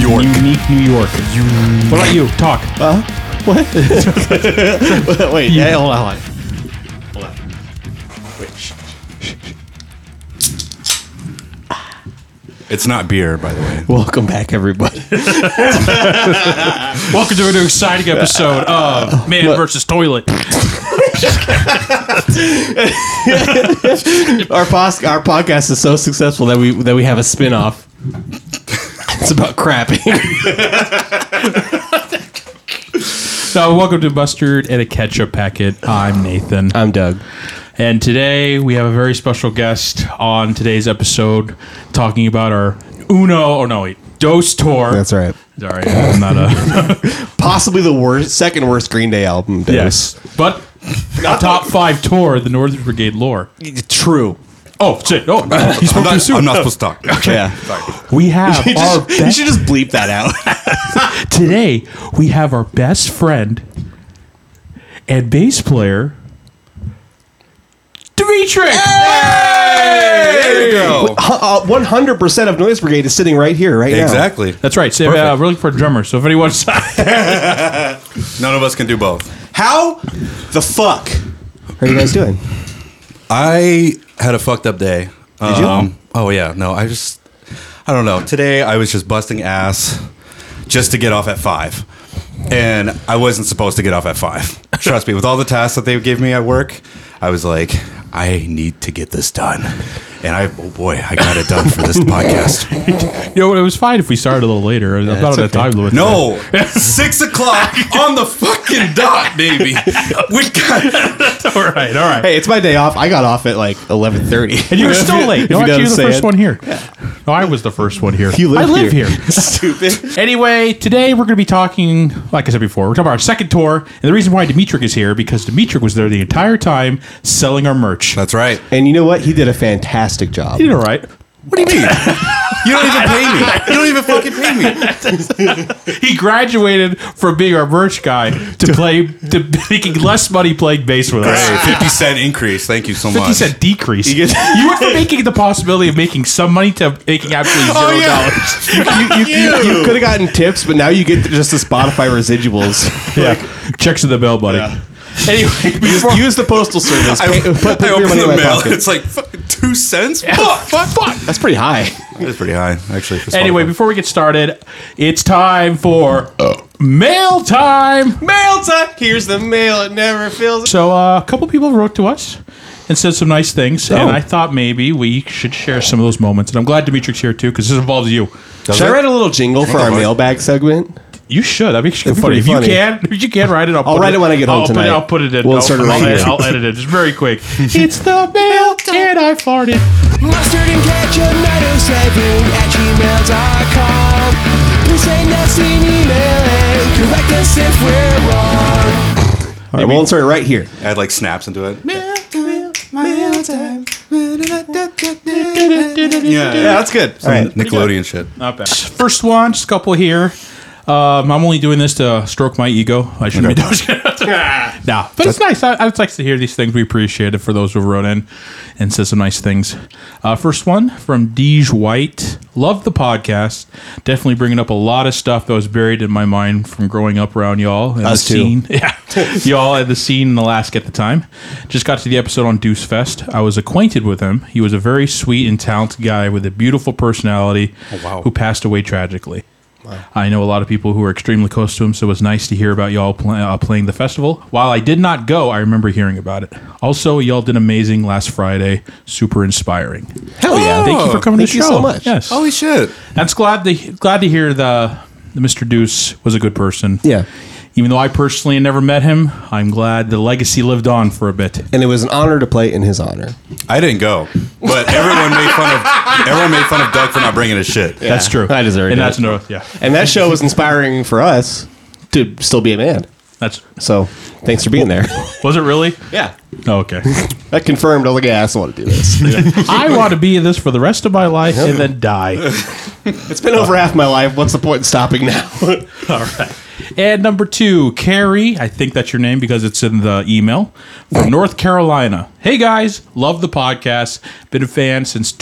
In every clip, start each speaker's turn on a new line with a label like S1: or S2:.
S1: York.
S2: Unique New York. What about you? Talk.
S1: What? Wait, hey, hold on, hold on. Hold on. Wait. shh, shh, shh, shh.
S3: It's not beer, by the way.
S1: Welcome back, everybody.
S2: Welcome to a new exciting episode of Man versus Toilet. Uh,
S1: our, pos- our podcast is so successful that we that we have a spin-off. It's about crapping.
S2: So, welcome to Mustard and a Ketchup Packet. I'm Nathan.
S1: I'm Doug.
S2: And today we have a very special guest on today's episode talking about our Uno, or no, wait, Dose Tour.
S1: right.
S2: Sorry, I'm not a.
S1: Possibly the worst, second worst Green Day album. Dave.
S2: yes. But a top five tour, the Northern Brigade lore.
S1: true.
S2: Oh, shit. Oh, he
S3: I'm
S2: spoke too
S3: not,
S2: soon.
S3: I'm not supposed to talk.
S1: Yeah.
S2: We have
S1: You,
S2: our
S1: just- you
S2: best-
S1: should just bleep that out.
S2: today we have our best friend and bass player Dimitri.
S3: There you go.
S1: Uh, One hundred percent of Noise Brigade is sitting right here, right
S3: Exactly.
S2: That's right. So, uh,
S3: Perfect.
S2: we're looking for a drummer. So if anyone's
S3: None of us can do both.
S1: How the fuck are you guys doing?
S3: I had a fucked up day. Did
S1: you?
S3: Oh yeah. No, I just I don't know. Today I was just busting ass just to get off at five, and I wasn't supposed to get off at five. Trust me, with all the tasks that they gave me at work, I was like, I need to get this done, and I oh boy, I got it done for this podcast.
S2: You know, what, it was fine if we started a little later. I'm not
S1: it's
S2: on a
S1: okay.
S2: time limit.
S3: No, six o'clock on the fucking dot, baby. We got
S2: all right, all right.
S1: Hey, it's my day off. I got off at like eleven thirty,
S2: and you were still late. No, actually, you're the first one here. No, I was the first one here.
S1: You live
S2: I live here.
S1: Stupid.
S2: Anyway, today we're going to be talking, like I said before, we're talking about our second tour. And the reason why Dimitri is here because Dimitri was there the entire time selling our merch.
S3: That's right.
S1: And you know what? He did a fantastic job.
S2: You did all right.
S3: What do you mean? You don't even pay me. You don't even fucking pay me.
S2: He graduated from being our merch guy to play to making less money playing bass with us.
S3: Hey, 50 cent increase. Thank you so much.
S2: He said decrease. You,
S1: gets-
S2: went from making the possibility of making some money to making absolutely zero
S3: Oh, yeah.
S2: dollars.
S1: you, could have gotten tips, but now you get just the Spotify residuals.
S2: Yeah. Checks to the bell, buddy. Anyway, before,
S1: Use the postal service.
S3: I,
S1: Pay- put- put
S3: I
S1: your
S3: opened
S1: money
S3: the
S1: in my
S3: mail.
S1: pocket.
S3: It's like fucking two cents?
S2: fuck, fuck, fuck.
S1: That's pretty high.
S3: That's pretty high, actually. for
S2: Anyway,
S3: Spotify.
S2: before we get started, it's time for mail time.
S1: Mail time. Here's the mail. It never fails.
S2: So uh, a couple people wrote to us and said some nice things, and I thought maybe we should share some of those moments. And I'm glad Dimitri's here too because this involves you.
S1: Should I write a little jingle for our mailbag segment?
S2: You should. That'd be kind of funny.
S1: pretty
S2: If you
S1: funny.
S2: can, if you can write it, I'll,
S1: I'll
S2: put
S1: write it when I get home
S2: I'll
S1: tonight.
S2: Put it, I'll put it in.
S1: We'll
S2: I'll,
S1: insert it
S2: I'll
S1: right
S2: edit,
S1: here.
S2: I'll edit it. It's very quick. it's the mail, and I farted.
S4: Mustard and ketchup 907 at gmail.com. Please send us an email and correct us if we're wrong.
S1: All right, we'll insert it right here.
S3: add like snaps into it. Yeah,
S1: Yeah, that's good. All right.
S3: Nickelodeon shit.
S2: Not bad. First one, just a couple here. Um, I'm only doing this to stroke my ego. I shouldn't be doing it. nah, but it's nice. I, I'd like to hear these things. We appreciate it for those who wrote in and said some nice things. Uh, first one from Deej White. Love the podcast. Definitely bringing up a lot of stuff that was buried in my mind from growing up around y'all and
S1: Us
S2: the
S1: too.
S2: scene. Yeah, y'all at the scene in Alaska at the time. Just got to the episode on Deuce Fest. I was acquainted with him. He was a very sweet and talented guy with a beautiful personality
S1: Oh,
S3: wow.
S2: who passed away tragically. I know a lot of people who are extremely close to him, so it was nice to hear about y'all pl- uh, playing the festival. While I did not go, I remember hearing about it. Also, y'all did amazing last Friday. Super inspiring.
S1: Hell yeah.
S2: Thank you for coming
S1: Oh, Thank
S2: to
S1: you
S2: the show.
S1: so much. Oh,
S2: Yes.
S3: Holy shit.
S2: That's glad to glad to hear the, the Mr. Deuce was a good person.
S1: Yeah.
S2: Even though I personally never met him, I'm glad the legacy lived on for a bit.
S1: And it was an honor to play in his honor.
S3: I didn't go, but everyone made fun of everyone made fun of Doug for not bringing his shit.
S2: that's true.
S1: I deserved
S2: and
S1: it.
S2: that's no, yeah.
S1: And that show was inspiring for us to still be a man.
S2: That's
S1: So thanks for being there.
S2: was it really?
S1: Yeah.
S2: Oh, okay.
S1: That confirmed. I was like, yeah, I still want to do this.
S2: I want to be in this for the rest of my life and then die.
S1: It's been over half my life. What's the point in stopping now?
S2: All right. And number two, Carrie, I think that's your name because it's in the email, from North Carolina. Hey guys, love the podcast. Been a fan since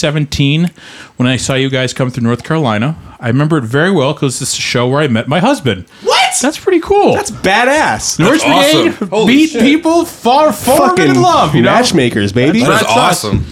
S2: 2017 when I saw you guys come through North Carolina. I remember it very well because this is a show where I met my husband. What? That's pretty cool.
S1: That's badass.
S2: North Brigade
S5: awesome. Holy
S2: beat
S5: shit.
S2: people far forward in love, you know?
S1: matchmakers, baby.
S5: That's
S1: That's,
S5: awesome.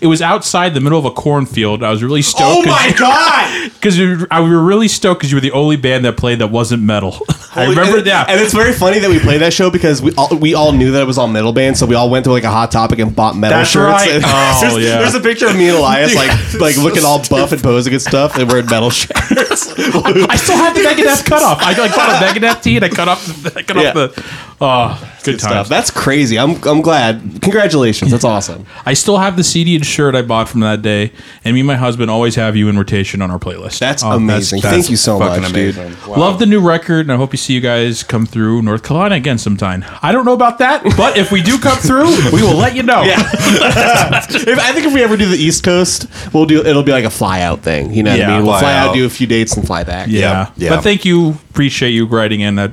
S2: It was outside the middle of a cornfield. I was really stoked.
S1: oh
S2: 'cause-
S1: my god!
S2: because we were really stoked because you were the only band that played that wasn't metal. I remember
S1: and,
S2: that.
S1: And it's very funny that we played that show because we all we all knew that it was all metal bands, so we all went to like a hot topic and bought metal
S2: That's
S1: shirts.
S2: right.
S1: And
S2: Oh,
S1: there's,
S2: yeah.
S1: there's a picture of me and Elias like like looking all buff and posing and stuff, and wearing metal shirts.
S2: I still have the Megadeth cut off. I like bought a Megadeth tee and I cut off the I cut
S1: Yeah.
S2: off the. Oh, good,
S1: stuff.
S2: times.
S1: That's crazy. I'm I'm glad. Congratulations. That's awesome.
S2: I still have the CD and shirt I bought from that day, and me and my husband always have you in rotation on our playlist.
S1: That's
S2: Um,
S1: amazing.
S3: That's
S1: Thank you so
S3: fucking
S1: much,
S3: amazing.
S1: dude.
S2: Love the new record, and I hope you see you guys come through North Carolina again sometime. I don't know about that, but if we do come through, we will let you know.
S1: If, I think if we ever do the East Coast, we'll do it'll be like a fly out thing. You know what
S2: Yeah,
S1: I mean? We'll
S3: fly
S1: fly, out,
S3: out.
S1: do a few dates, and fly back.
S2: Yeah.
S3: Yeah.
S2: But thank you. Appreciate you writing in. I'm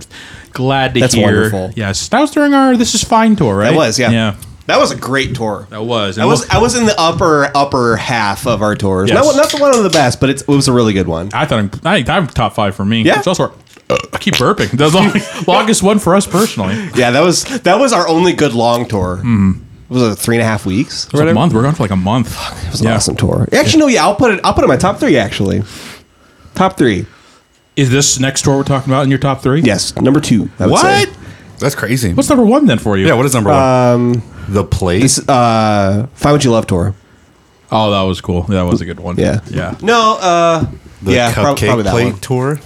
S2: glad to
S1: That's
S2: hear.
S1: wonderful.
S2: Yes. That was during our This Is Fine tour, right?
S1: That was yeah.
S2: Yeah.
S1: That was a great tour.
S2: That was.
S1: I
S2: And
S1: was
S2: look-
S1: I was in the upper upper half of our tours.
S2: Yes.
S1: Not, not the one of the best, but it's, it was a really good one.
S2: I thought I'm, I think I'm top five for me.
S1: Yeah.
S2: It's also, I keep burping. The long, longest one for us personally. It
S1: Yeah, that was that was our only good long tour. It was like three and Mm-hmm. a half weeks.
S2: was a month. We're going for like a month.
S1: It was an awesome tour. Actually, no, yeah, I'll put it. I'll put it in my top three. Actually, top three.
S2: Is this next tour we're talking about in your top three?
S1: Yes, number two. I would say.
S3: What? That's crazy.
S2: What's number one then for you?
S3: yeah, what is number one? Um, the place.
S1: Uh, Find What You Love tour.
S2: Oh, that was cool. That was a good one.
S1: Yeah.
S2: Yeah.
S1: No. Uh,
S3: The
S1: yeah, prob-
S3: cupcake
S1: probably that
S3: plate
S1: one.
S3: tour.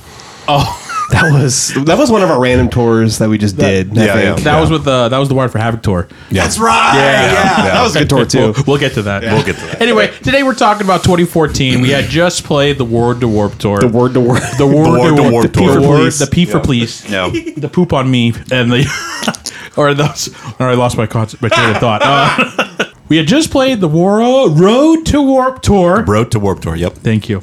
S1: That was that was one of our random tours that we just did. I
S3: yeah,
S1: think.
S3: yeah.
S2: That was with the that was the Wired for Havoc tour.
S3: Yeah.
S1: That's right. Yeah, that was a good tour too.
S2: We'll, we'll get to that.
S3: We'll get to that.
S2: Anyway, today we're talking about 2014. We had just played the Ward to Warp tour.
S1: The word to word.
S2: The Ward,
S3: Ward
S2: to
S3: to
S2: Warp
S3: Warp
S2: the P
S3: Tour.
S2: for
S3: The
S2: Ward-
S1: Please.
S2: The P for please.
S3: No.
S2: The poop on me and the or those or I lost my con- my train of thought. Uh, we had just played the War- uh, Road to Warp tour.
S3: Road to Warp Tour. Yep.
S2: Thank you.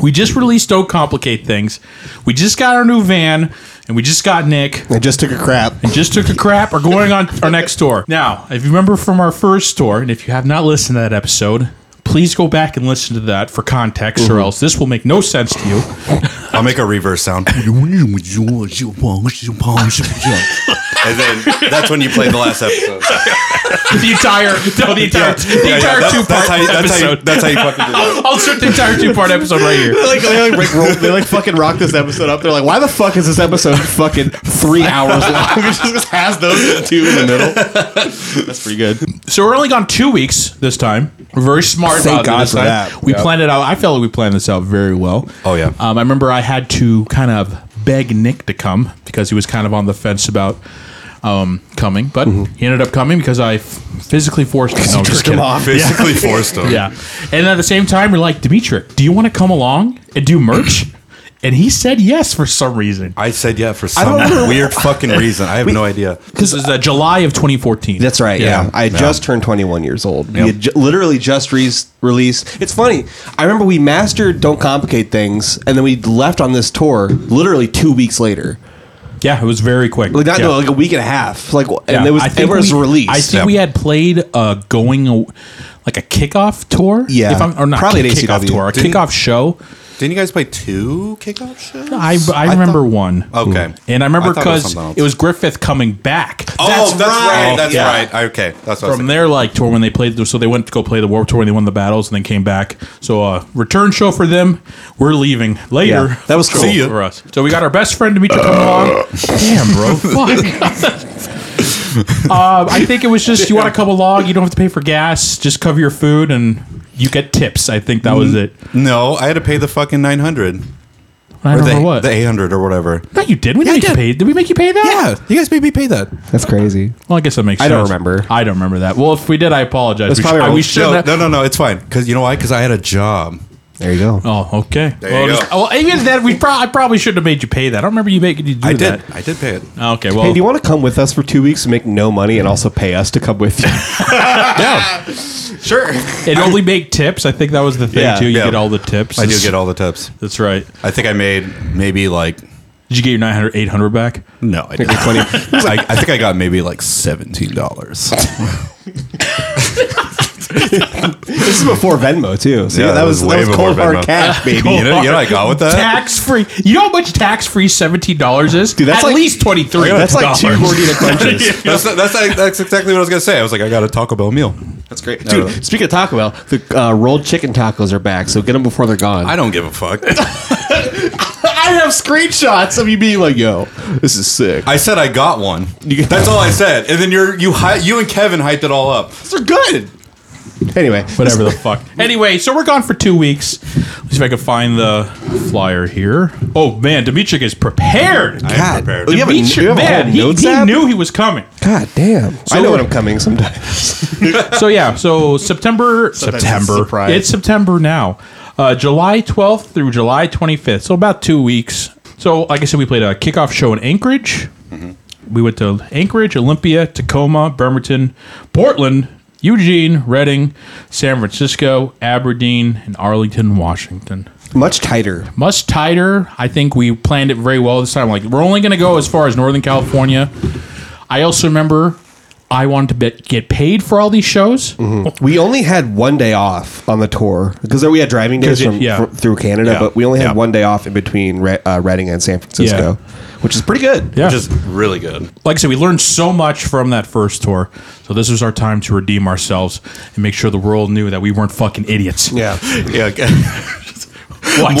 S2: We just released Don't Complicate Things. We just got our new van and we just got Nick
S1: I just took a crap.
S2: and just took a crap are going on our next tour. Now, if you remember from our first tour, and if you have not listened to that episode, please go back and listen to that for context,
S3: Mhm.
S2: or else this will make no sense to you.
S3: I'll make a reverse sound. and then that's when you play the last episode.
S2: the entire, no, the entire, the
S3: Yeah, yeah,
S2: entire
S3: that's-
S2: two
S3: that's
S2: part
S3: how you- that's how you-
S2: episode.
S3: That's how you fucking do that.
S2: I'll, I'll strip the entire two part episode right here.
S1: They like, they like, roll, they like fucking rock this episode up. They're like, why the fuck is this episode fucking three hours long? It just has those two in the middle. That's pretty good.
S2: So we're only gone two weeks this time. We're very smart
S1: Thank
S2: about it
S1: God
S2: this
S1: for
S2: time.
S1: that.
S2: We planned it out. I felt like we planned this out very well.
S3: Oh, yeah.
S2: Um, I remember I had to kind of beg Nick to come because he was kind of on the fence about um, coming, but he ended up coming because I f- physically forced him. No, I'm just kidding.
S3: Physically forced them.
S2: Yeah. And at the same time, we're like, Dimitri, do you want to come along and do merch? and he said yes for some reason.
S3: I said yeah for some weird fucking reason. I have no idea.
S2: This is uh, July of 2014.
S1: That's right. Yeah, I had just turned 21 years old. We had ju- literally just re- released. It's funny. I remember we mastered "Don't Complicate Things" and then we left on this tour literally two weeks later.
S2: Yeah, it was very quick.
S1: Like not
S2: yeah.
S1: no, like a week and a half. Like wh- and it was
S2: I
S1: it was
S2: we,
S1: released.
S2: I think
S3: Yeah.
S2: we had played a going aw- like a kickoff tour.
S1: Yeah.
S2: if I'm, or not
S1: Probably
S2: a
S1: at
S2: kickoff
S1: ACW.
S2: tour, a
S3: Didn't-
S2: kickoff show.
S3: Didn't you guys play two kickoff shows?
S2: I, I remember
S3: thought-
S2: one.
S3: Okay.
S2: and I remember
S3: I thought it was
S2: because
S3: something else.
S2: it was Griffith coming back.
S3: Oh, that's, right. That's
S2: Yeah.
S3: right. Okay, that's what I was
S2: From
S3: thinking.
S2: their like tour when they played, so they went to go play the Warped Tour and they won the battles and then came back. So uh, return show for them. We're leaving later.
S1: Yeah, that was cool.
S3: See ya.
S2: for us. So we got our best friend Dimitri coming along. Damn, bro. Fuck. um, I think it was just you want to come along. You don't have to pay for gas. Just cover your food and you get tips. I think that was it.
S3: No, I had to pay the fucking nine hundred
S2: I
S3: or
S2: don't
S3: the,
S2: know what.
S3: the eight hundred or whatever.
S2: That you did. We
S3: Yeah, I
S2: didn't make
S3: did.
S2: you pay. Did we make you pay that?
S3: Yeah, you guys made me pay that.
S1: That's crazy.
S2: Well, I guess that makes.
S1: I
S2: sense.
S1: don't remember.
S2: I don't remember that. Well, if we did, I apologize.
S1: That's
S2: we
S1: probably
S2: should,
S1: wrong.
S2: we should.
S3: No, no, no, no. It's fine because you know why? Because I had a job.
S1: There you go.
S2: Oh, okay.
S3: There
S2: well,
S3: you
S2: just-
S3: go.
S2: well, even then, we pro- I probably shouldn't have made you pay that. I don't remember you making you do
S3: I
S2: that. Ah,
S3: did. I did pay it.
S2: Okay. Well,
S1: Hey, do you want to come with us for two weeks and make no money and also pay us to come with you?
S3: Yeah, sure.
S2: and only make tips. I think that was the thing
S1: Yeah,
S2: too. You
S3: yeah.
S2: get all the tips.
S3: I do get all the tips.
S2: That's right.
S3: I think I made maybe like
S2: Did you get your 900, 800 back?
S3: No, I didn't. I, I think I got maybe like seventeen dollars.
S1: This is before Venmo too. So yeah,
S3: Yeah,
S1: that
S3: it was
S1: was, that
S3: way
S1: was
S3: before
S1: cold hard
S3: Venmo.
S1: cash, baby.
S3: you, know, you know what I got
S1: Uh,
S3: with that?
S2: Tax free. You know how much tax free seventeen dollars is?
S1: Dude, that's
S2: At
S1: like-
S2: least twenty three.
S1: That's like two gordita crunches.
S3: That's, that's, that's exactly what I was gonna say. I was like, I got a Taco Bell meal.
S1: That's great, dude. Speaking of Taco Bell, the uh, rolled chicken tacos are back, so get them before they're gone.
S3: I don't give a fuck.
S1: I have screenshots of you being like, "Yo, this is sick."
S3: I said I got one. That's all I said. And then you're you hy- you and Kevin hyped it all up.
S1: These are good. Anyway,
S2: Whatever the fuck. Anyway, so we're gone for two weeks. Let's see if I can find the flyer here. Oh man, Dimitri is prepared.
S3: I
S1: God.
S3: am prepared.
S1: Oh, yeah. have a-
S2: Dimitri,
S1: you have a whole
S2: man, he,
S1: notes
S2: he
S1: app?
S2: knew he was coming.
S1: God damn, I know when I'm coming sometimes.
S2: so yeah, so September,
S1: it's a
S2: September,
S1: surprise.
S2: it's, September now. Uh, July 12th through July 25th, so about two weeks. So like I said, we played a kickoff show in Anchorage. We went to Anchorage, Olympia, Tacoma, Bremerton, Portland, Eugene, Reading, San Francisco, Aberdeen, and Arlington, Washington
S1: Much tighter.
S2: much tighter. I think we planned it very well this time. Like we're only going to go as far as Northern California. I also remember I wanted to be- get paid for all these shows.
S1: Mm-hmm. We only had one day off on the tour because we had driving days
S2: 'Cause you-
S1: from,
S2: yeah.
S1: fr- through Canada,
S3: Yeah.
S1: but we only
S3: Yeah.
S1: had one day off in between Re- uh, Reading and San Francisco, which is pretty good.
S2: Yeah,
S3: Which is really good.
S2: like I said, we learned so much from that first tour. So this was our time to redeem ourselves and make sure the world knew that we weren't fucking idiots.
S1: Yeah.
S3: Yeah. okay.
S2: What?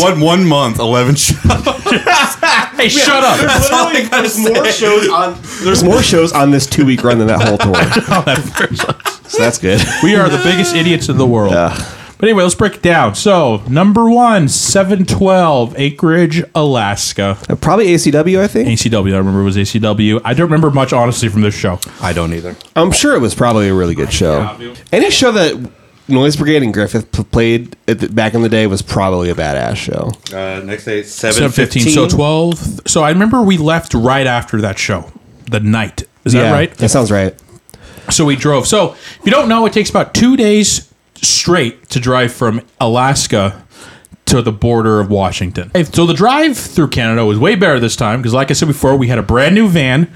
S3: One one month, eleven shots.
S2: Hey, shut up!
S3: That's all I gotta say.
S1: more shows on. There's more shows on this two week run than that whole tour. so that's good.
S2: we are the biggest idiots in the world. But anyway, let's break it down. So number one, seven twelve, Anchorage, Alaska.
S1: Uh, Probably ACW, I think.
S2: ACW. I remember it was ACW. I don't remember much honestly from this show.
S3: I don't either.
S1: I'm sure it was probably a really good show. Any show that Noise Brigade and Griffith p- played at the, back in the day was probably a badass show.
S3: Uh, next day, seven
S2: 715
S3: fifteen.
S2: so 12 so i remember we left right after that show the night is that right
S1: That sounds right.
S2: so we drove so if you don't know it takes about two days straight to drive from alaska to the border of washington If- so the drive through canada was way better this time because like i said before we had a brand new van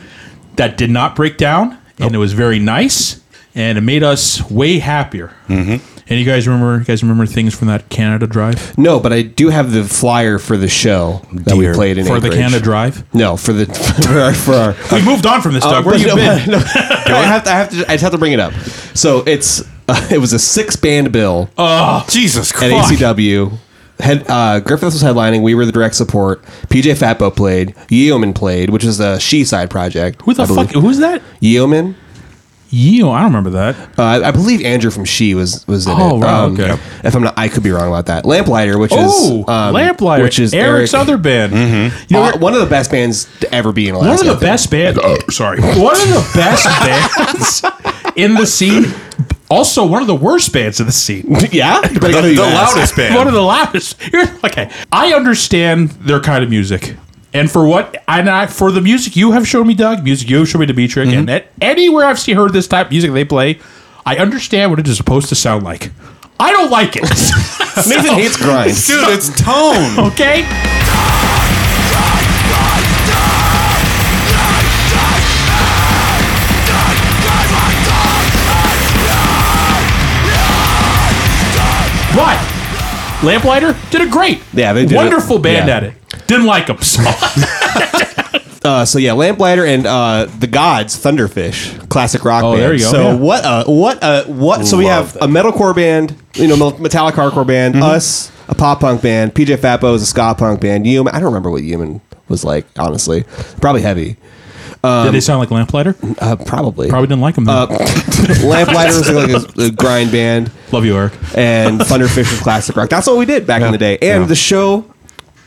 S2: that did not break down and it was very nice and it made us way happier mm-hmm. and you guys remember you guys remember things from that canada drive
S1: No, but I do have the flyer for the show that we
S3: Dear.
S1: played in
S2: for the
S1: Anchorage.
S2: canada drive
S1: No, for the for our. For our
S2: we moved on from this doug where
S1: but
S2: you
S1: no,
S2: been
S1: no, I have to. I have to. I just have to bring it up. So it's uh, it was a six band bill
S2: Oh,
S3: Jesus
S1: at
S3: Christ.
S1: ACW. Head, uh, Griffith was headlining. We were the direct support. PJ Fatbo played. Yeoman played, which is a she side project.
S2: Who the
S1: I believe.
S2: fuck? Who's that?
S1: Yeoman.
S2: You? I don't remember that.
S1: Uh, I- I believe Andrew from She was was in
S2: Oh,
S1: it. Um,
S2: wow, okay.
S1: If I'm not, I could be wrong about that. Lamplighter, which
S2: oh,
S1: is um,
S2: Lamplighter,
S1: which is
S2: Eric's
S1: Eric-
S2: other band. You know,
S1: uh,
S2: what-
S1: one of the best bands to ever be in Alaska.
S2: one of
S1: I
S2: the
S1: think.
S2: best bands. sorry, one of the best bands in the scene. Also, one of the worst bands in the scene.
S1: yeah, Depending on who
S3: The,
S1: you
S3: the
S1: ask.
S3: loudest band.
S2: One of the loudest. You're, okay, I understand their kind of music, and for what and I for the music you have shown me, Doug, music you have shown me, Dimitri,
S1: Mm-hmm.
S2: and at anywhere I've seen heard this type of music they play, I understand what it is supposed to sound like. I don't like it.
S1: Nathan hates grind.
S3: Dude, it's tone.
S2: okay? But Lamplighter did a great,
S1: Yeah, they did
S2: wonderful
S1: it.
S2: band
S1: Yeah.
S2: at it. Didn't like them, so
S1: Uh, so yeah, Lamplighter and uh, the Gods, Thunderfish, classic rock
S2: Oh,
S1: band.
S2: there you go,
S1: So
S2: yeah.
S1: what? A, what? A, what? So we
S3: Love
S1: have
S3: that.
S1: a metalcore band, you know, mel- metallic hardcore band,
S2: Mm-hmm.
S1: us, a pop punk band, PJ Fatbo is a ska punk band. Human, I don't remember what Human was like. Honestly, probably heavy. Um,
S2: did they sound like Lamplighter?
S1: Uh, probably.
S2: Probably didn't like them.
S1: uh, Lamplighter was like a, a grind band,
S2: Love you, Eric.
S1: and Thunderfish was classic rock. That's what we did back in the day. And the show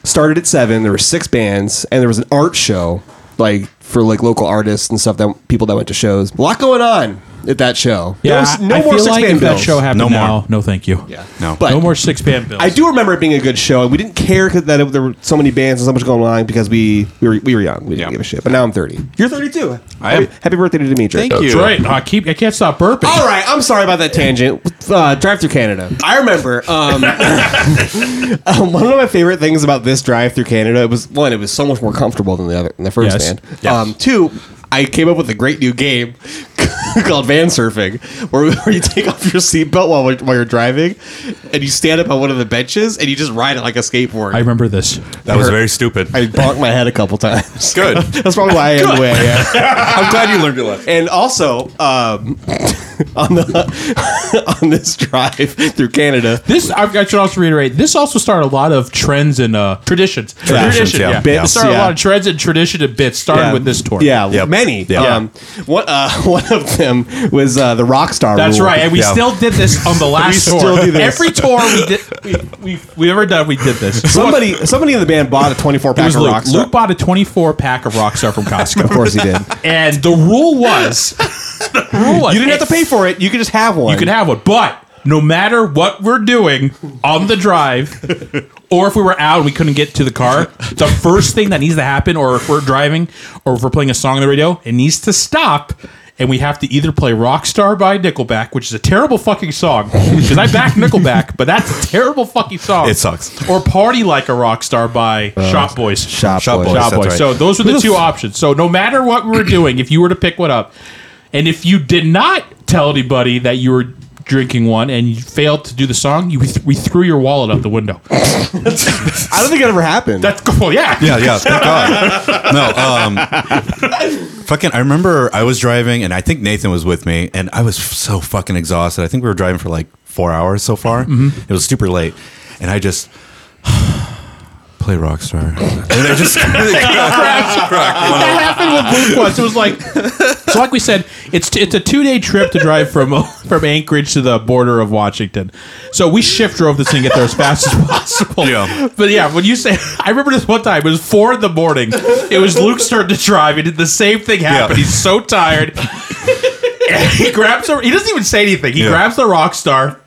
S1: started at seven. There were six bands, and there was an art show like for like local artists and stuff that people that went to shows. A lot going on. at that show.
S2: Yeah,
S1: there was no
S2: I
S1: more
S2: feel
S1: six
S2: like
S1: man
S2: if that
S1: bills.
S2: show happened
S3: No more.
S2: now, no thank you.
S1: yeah,
S3: No.
S1: but
S2: no more six pan bills.
S1: I do remember it being a good show. We didn't care 'cause- that it, there were so many bands and so much going on because we we were, we were young. We didn't
S3: Yeah.
S1: give a shit. But now I'm 30. You're 32.
S3: I am.
S1: Happy, happy birthday to Dimitri.
S3: Thank you.
S2: That's right. I keep. I can't stop burping.
S1: All right, I'm sorry about that tangent. Uh, drive through Canada. I remember um, um, one of my favorite things about this drive through Canada it was one, it was so much more comfortable than the other than the first
S2: Yes.
S1: band. Um, two, I came up with a great new game called van surfing, where, where you take off your seatbelt while while you're driving, and you stand up on one of the benches and you just ride it like a skateboard.
S2: I remember this.
S3: That was very stupid.
S1: I bonked my head a couple times.
S3: Good.
S1: That's probably why I am the way I am.
S3: I'm glad you learned your lesson.
S1: And also, um, on the on this drive through Canada,
S2: This I, I should also reiterate. This also started a lot of trends and uh, traditions.
S1: Traditions,
S3: yeah.
S2: It
S1: Bits,
S2: started a
S1: yeah.
S2: lot of trends and tradition and bits. Started with this tour.
S1: yeah,
S3: Yep.
S1: many.
S3: Yeah.
S1: Um, one, uh, one of them was uh, the Rockstar.
S2: That's
S1: rule.
S2: right, and we
S3: Yeah.
S2: still did this on the last
S1: still
S2: tour.
S1: do this.
S2: Every tour we did, we, we we ever done, we did this.
S1: Somebody, somebody in the band bought a 24
S2: it
S1: pack
S2: was
S1: of
S2: Luke.
S1: Rockstar.
S2: Luke bought a 24 pack of Rockstar from
S1: of
S2: Costco,
S1: course, he did.
S2: and the rule was, the rule was
S1: You didn't have to pay for it. You could just have one.
S2: You could have one, but no matter what we're doing on the drive, or if we were out and we couldn't get to the car, the first thing that needs to happen, or if we're driving, or if we're playing a song on the radio, it needs to stop. And we have to either play Rockstar by Nickelback, which is a terrible fucking song, because I back Nickelback, but that's a terrible fucking song.
S3: It sucks. Uh,
S2: Or Party Like a Rockstar by Shop Boys.
S1: Shop,
S3: Shop
S1: Boys.
S3: Boys.
S2: Job
S3: that's
S2: boy.
S3: right.
S2: So those were the two options. So no matter what we were doing, if you were to pick one up, and if you did not tell anybody that you were drinking one and you failed to do the song, you we threw your wallet out the window.
S1: I don't think it ever happened.
S2: That's cool. Yeah.
S3: Yeah, yeah. Thank God. No, um, fucking. I remember I was driving, and I think Nathan was with me, and I was f- so fucking exhausted. I think we were driving for like four hours so far. It was super late, and I just play Rockstar, and I just
S2: That happened with Luke once. It was like, so like we said, it's it's a two day trip to drive from from Anchorage to the border of Washington. So we shift drove this thing get there as fast as possible.
S3: Yeah.
S2: But yeah, when you say, I remember this one time. It was four in the morning. It was Luke's turn to drive, and the same thing happened.
S3: Yeah.
S2: He's so tired. And he grabs the. He doesn't even say anything. He
S3: Yeah.
S2: grabs the rock star.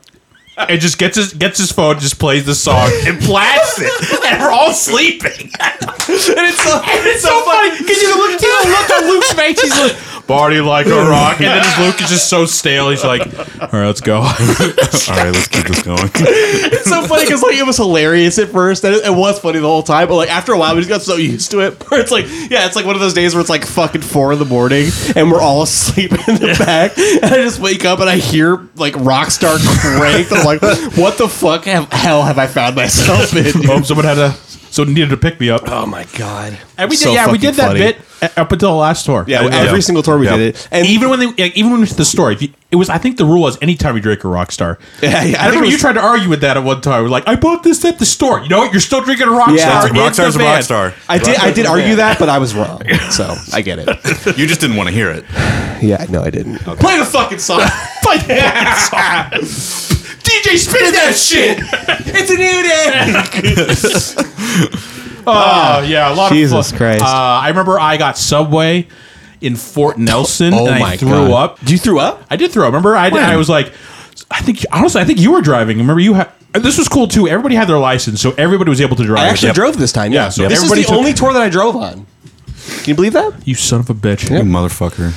S2: And just gets his gets his phone, just plays the song and blasts it, and we're all sleeping. And it's so, and it's so funny because you look, you look at Luke's face. He's like, "Party like a rock," and then his Luke is just so stale. He's like, "All right, let's go."
S3: all right, let's keep this going.
S1: It's so funny because like it was hilarious at first, and it, it was funny the whole time. But like after a while, we just got so used to it. Where it's like, yeah, it's like one of those days where it's like fucking four in the morning, and we're all asleep in the back, and I just wake up and I hear like Rockstar cranked. I'm like, what the fuck have, hell have I found myself in? dude?
S2: Hope Oh, someone had a so needed to pick me up.
S1: Oh my god!
S2: And we did,
S1: So
S2: yeah, we
S1: fucking
S2: did that
S1: funny.
S2: bit a- up until the last tour.
S1: Yeah,
S2: And, uh,
S1: every
S3: yeah.
S1: single tour we
S3: Yeah.
S1: did it, and
S2: even when they, like, even when it's the story, if you- it was. I think the rule was anytime you drink a rock star.
S1: Yeah, yeah, I
S2: I,
S1: think it
S2: remember you
S1: was-
S2: tried to argue with that at one time. We're like, I bought this at the store. You know, what? you're still drinking a rock
S1: Yeah.
S2: star.
S1: That's
S2: in the
S3: Rockstar's a
S2: van.
S3: rockstar.
S1: I did. I did argue that, but I was wrong. So I get it.
S3: You just didn't want to hear it.
S1: Yeah, no, I didn't.
S2: Play the fucking song. Play the fucking song. DJ, spin that shit.
S1: It's a new day.
S2: Oh yeah, a lot
S1: Jesus
S2: of fun.
S1: Christ.
S2: Uh, I remember I got Subway in Fort Nelson,
S1: Oh
S2: and
S1: my
S2: I threw
S1: god!
S2: up.
S1: You threw up?
S2: I did throw. up. Remember, I did, I was like, I think honestly, I think you were driving. Remember, you had this was cool too. Everybody had their license, so everybody was able to drive.
S1: I actually
S2: Yep.
S1: drove this time. Yeah,
S2: Yeah, so
S1: this is the
S2: everybody took-
S1: only tour that I drove on. Can you believe that?
S2: You son of a bitch!
S3: You motherfucker.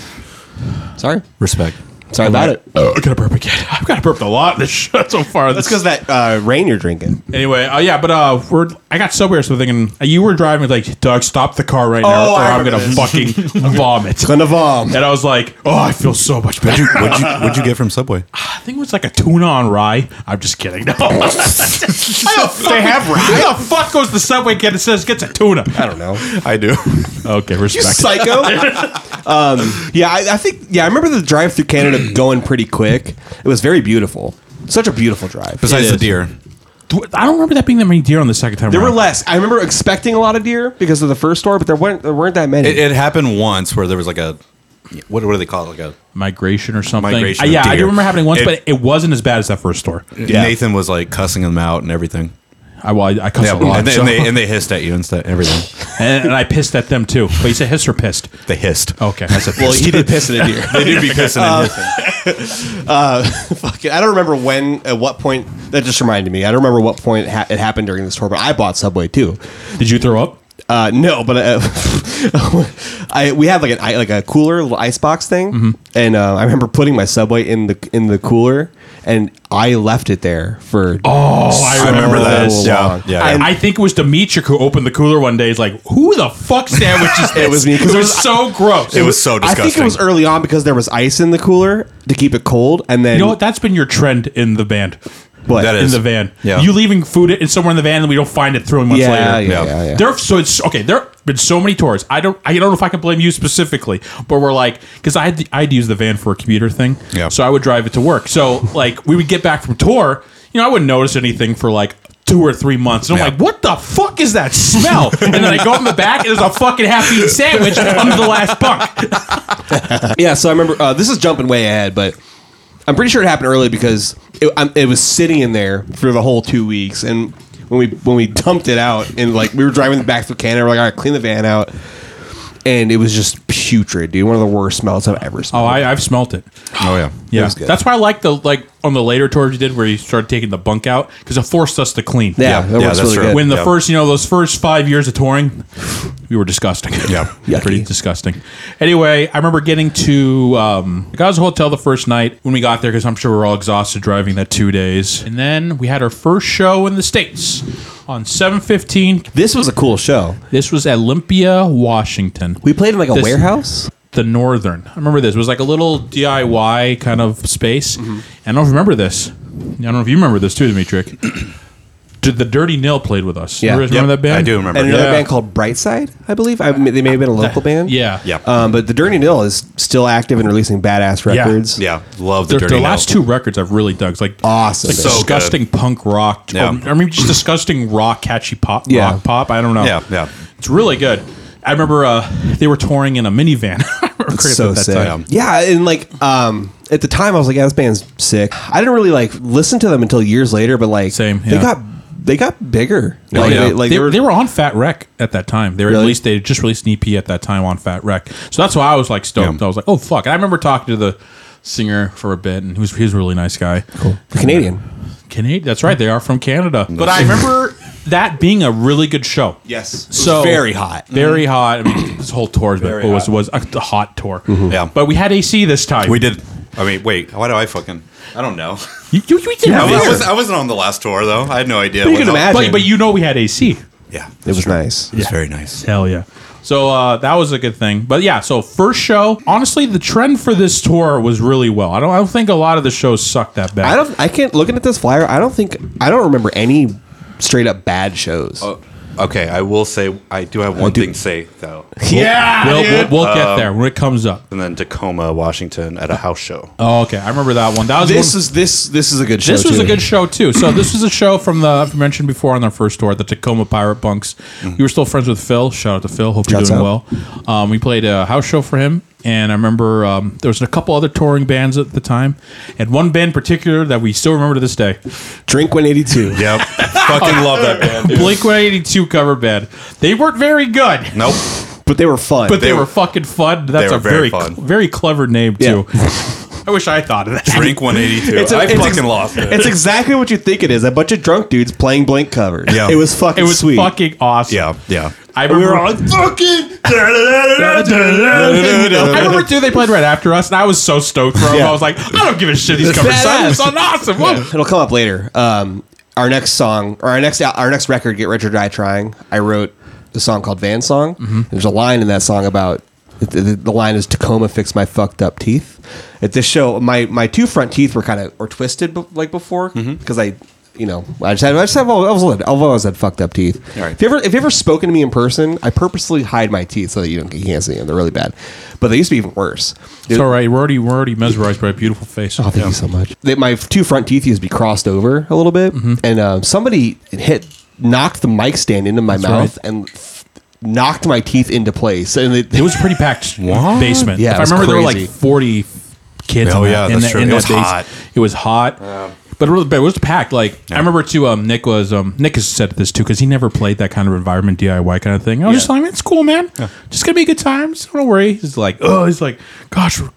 S1: Sorry,
S3: Respect.
S1: sorry about it.
S2: Oh, I gotta burp again. I've gotta burped a lot this sh- so far.
S1: That's because that uh, rain you're drinking.
S2: anyway, uh, yeah, but uh, we're I got somewhere, so thinking uh, you were driving like, Doug, stop the car right now,
S1: Oh,
S2: or
S1: I
S2: I'm gonna
S1: remember
S2: fucking vomit.
S1: Gonna vom.
S2: And I was like, oh, I feel so much better.
S3: What'd you, what'd you get from Subway?
S2: I think it was like a tuna on rye. I'm just kidding. No. How the fuck-
S1: They have rye?
S2: How the fuck goes the subway kid and says gets a tuna?
S1: I don't know.
S3: I do.
S2: Okay, respect.
S1: Psycho. um, yeah, I, I think. Yeah, I remember the drive through Canada going pretty quick. It was very beautiful. Such a beautiful drive.
S3: Besides
S2: It
S3: the
S2: is.
S3: deer.
S2: I don't remember that being that many deer on the second time.
S1: There were
S2: around.
S1: less. I remember expecting a lot of deer because of the first store, but there weren't. There weren't that many.
S3: It, it happened once where there was like a, what, what do they call it? Like a
S2: migration or something.
S3: Migration
S2: Uh, yeah,
S3: of
S2: I do
S3: deer.
S2: remember happening once,
S3: It-
S2: but it wasn't as bad as that first store.
S3: Nathan was like cussing them out and everything.
S2: I well, I, I cuss
S3: Yeah,
S2: a lot,
S3: and, they,
S2: so-
S3: and, they, and they hissed at you and stuff, everything.
S2: and, and I pissed at them too. But you said hiss or pissed?
S3: They hissed.
S2: Okay, I said
S1: Well,
S2: pissed.
S1: he did piss it in here.
S3: They do be pissing and hissing.
S1: Fuck it. I don't remember when, at what point. That just reminded me. I don't remember what point it, ha- it happened during this tour, but I bought Subway too.
S2: Did you throw up?
S1: Uh, no, but uh, I we had like an i- like a cooler little icebox thing,
S3: Mm-hmm.
S1: and uh, I remember putting my Subway in the in the cooler, and I left it there for
S2: Oh, I
S3: remember that.
S1: so
S3: Yeah,
S1: long.
S3: yeah,
S2: I,
S3: yeah.
S1: And
S2: I think it was Demetric who opened the cooler one day. He's like, "Who the fuck sandwiches this?"
S1: It was me, 'cause
S2: It
S1: it
S2: was
S1: was-
S2: so gross.
S3: It was so
S1: I
S3: disgusting.
S1: think it was early on because there was ice in the cooler to keep it cold, and then
S2: You know what? That's been your trend in the band,
S1: but-
S3: That
S2: in
S3: is.
S2: the van.
S3: Yeah.
S2: You leaving food in somewhere in the van, and we don't find it three months
S1: yeah,
S2: later.
S1: yeah,
S3: Yeah.
S1: yeah, yeah.
S2: There, so it's okay. There have been so many tours. I don't, I don't know if I can blame you specifically, but we're like, because I had, to, I had to use the van for a commuter thing.
S3: Yeah.
S2: So I would drive it to work. So like, we would get back from tour. You know, I wouldn't notice anything for like two or three months, and I'm
S3: Yeah.
S2: like, what the fuck is that smell? and then I go in the back, and there's a fucking half-eaten sandwich under the last bunk.
S1: Yeah, so I remember uh, this is jumping way ahead, but I'm pretty sure it happened early because it, um, it was sitting in there for the whole two weeks, and when we when we dumped it out and like we were driving back through Canada, we're like, all right, clean the van out, and it was just putrid, dude. One of the worst smells I've ever
S2: Oh,
S1: smelled.
S2: I, I've smelt it.
S3: Oh yeah,
S2: Yeah,
S1: was good.
S2: that's why I like the like on the later tours you did where you started taking the bunk out because it forced us to clean.
S1: yeah,
S3: yeah,
S1: that
S3: yeah,
S1: works
S3: that's
S1: really
S3: true.
S1: good.
S2: When the
S3: Yeah.
S2: first, you know, those first five years of touring, we were disgusting.
S3: Yeah.
S2: pretty
S1: Yucky.
S2: disgusting. Anyway, I remember getting to um, the guys' hotel the first night when we got there because I'm sure we were all exhausted driving that two days, and then we had our first show in the states on 7:15.
S1: this was a cool show.
S2: This was Olympia, Washington
S1: We played in like a
S2: This-
S1: warehouse.
S2: the northern i remember this it was like a little diy kind of space
S3: Mm-hmm.
S2: and i don't remember this i don't know if you remember this too dimitri Did the dirty nil played with us
S1: Yeah.
S2: you guys remember
S3: Yep,
S2: that band
S3: I do remember.
S1: And another
S2: Yeah.
S1: band called Brightside, I believe. I, they may have been a local band.
S2: yeah
S3: Yeah.
S1: Um, but the Dirty Nil is still active and releasing badass
S2: Yeah.
S1: records.
S3: yeah, love the
S2: their,
S3: dirty.
S2: their last two records i've really dug it's like
S1: Awesome.
S2: it's like
S3: So
S2: disgusting punk rock
S3: Yeah.
S2: or, i mean just disgusting rock catchy pop
S1: Yeah.
S2: rock pop i don't know
S3: Yeah, yeah.
S2: it's really good i remember uh they were touring in a minivan
S1: It's so sick. Yeah, and like um, at the time, I was like, "Yeah, this band's sick." I didn't really like listen to them until years later, but like,
S2: Same,
S1: They
S2: yeah. Oh,
S1: got they got bigger. Like,
S3: yeah.
S1: they, like
S2: they, they, were, on Fat Wreck at that time. They were at
S1: Really?
S2: least they had just released an EP at that time on Fat Wreck. So that's why I was like stoked.
S3: Yeah.
S2: I was like, oh fuck! And I remember talking to the singer for a bit, and he was, he was a really nice guy. Cool.
S1: Canadian.
S2: Canadian. That's right. They are from Canada. But I remember that being a really good show.
S1: Yes,
S2: So
S1: very hot.
S2: Very hot. I mean, this whole tour has been-
S3: Very
S2: was
S3: hot.
S2: was a, a hot tour.
S3: Yeah.
S2: But we had AC this time.
S3: We did. I mean, wait. Why do I fucking? I don't know.
S2: You, you, you did
S3: I,
S2: have
S3: was, I,
S2: AC.
S3: was, I wasn't on the last tour though. I had no idea.
S1: But you
S3: what
S1: can
S3: the-
S1: imagine.
S2: But, but you know we had AC.
S3: Yeah, it
S1: It
S3: was
S1: was nice.
S3: very nice.
S2: Hell yeah. So uh, that was a good thing. But yeah, so first show, honestly, the trend for this tour was really well. I don't, I don't think a lot of the shows sucked that bad.
S1: I don't. I can't. Looking at this flyer, I don't think I don't remember any straight up bad shows.
S2: Oh.
S3: Okay, I will say I do have one thing to say though,
S1: yeah,
S2: We'll, we'll, we'll get there when it comes up.
S3: and then Tacoma, Washington, at a house show.
S2: Oh, okay. I remember that one. That was
S1: this
S2: one-
S1: is this this is a good show.
S2: this was
S1: too.
S2: a good show too. So this was a show from the I've mentioned before on their first tour, the Tacoma Pirate Bunks. We were still friends with Phil. Shout out to Phil. Hope you're
S1: Mm-hmm. Shouts
S2: doing
S1: out.
S2: well. Um, we played a house show for him, and I remember um, there was a couple other touring bands at the time, and one band in particular that we still remember to this day.
S1: Drink 182.
S3: Yep, fucking love that band. Dude.
S2: Blink 182 cover band. They weren't very good,
S3: Nope.
S1: but they were fun.
S2: but they,
S3: They
S2: were,
S3: were-
S2: fucking fun. That's
S3: were
S2: a
S3: very
S2: very, cl-
S3: fun.
S2: very clever name too. I wish I thought of that.
S3: Drink 182.
S1: It's a-
S3: I
S1: it's
S3: fucking
S1: ex-
S3: lost it.
S1: it's exactly what you think it is. A bunch of drunk dudes playing blank covers.
S3: Yeah.
S1: It was fucking
S2: It was
S1: sweet.
S2: fucking awesome.
S3: yeah, yeah.
S2: I
S1: we
S2: remember.
S1: were all like, fucking
S2: I remember too. They played right after us, and I was so stoked for them.
S1: Yeah.
S2: I was like, I don't give a shit. These covers sound
S1: badass.
S2: sound awesome. Whoa.
S1: It'll come up later. Um, our next song, or our next our next record, "Get Rich or Die Trying." I wrote a song called "Van Song."
S3: Mm-hmm.
S1: There's a line in that song about the, the, the line is "Tacoma fixed my fucked up teeth." At this show, my my two front teeth were kind of or twisted be- like before
S3: Mm-hmm.
S1: because I, you know, I just had I just have all- I was little- I've always had fucked up teeth.
S3: All right.
S1: If you ever if you ever spoken to me in person, I purposely hide my teeth so that you don't you can't see them. They're really bad, but they used to be even worse.
S2: It's all right. We're already we're already mesmerized by a beautiful face.
S1: Oh, thank you so much. They, my two front teeth used to be crossed over a little bit,
S2: Mm-hmm.
S1: and um, somebody hit knocked the mic stand into my mouth and f- knocked my teeth into place. And it,
S2: It was a pretty packed basement.
S1: Yeah, it
S2: if I
S1: was
S2: remember, there were
S1: crazy.
S2: like forty kids.
S3: Oh,
S2: in
S3: yeah,
S2: that, in
S3: that's
S2: that-
S3: true.
S2: in
S3: It
S2: that
S3: was
S2: base-
S3: hot.
S2: It was hot. But it was, but it was packed. Like I
S3: Yeah.
S2: remember too. Um, Nick was um, Nick has said this too because he never played that kind of environment DIY kind of thing. I was just like, it's cool, man. Just gonna be good times. Don't worry. He's like, oh, he's like, gosh, we're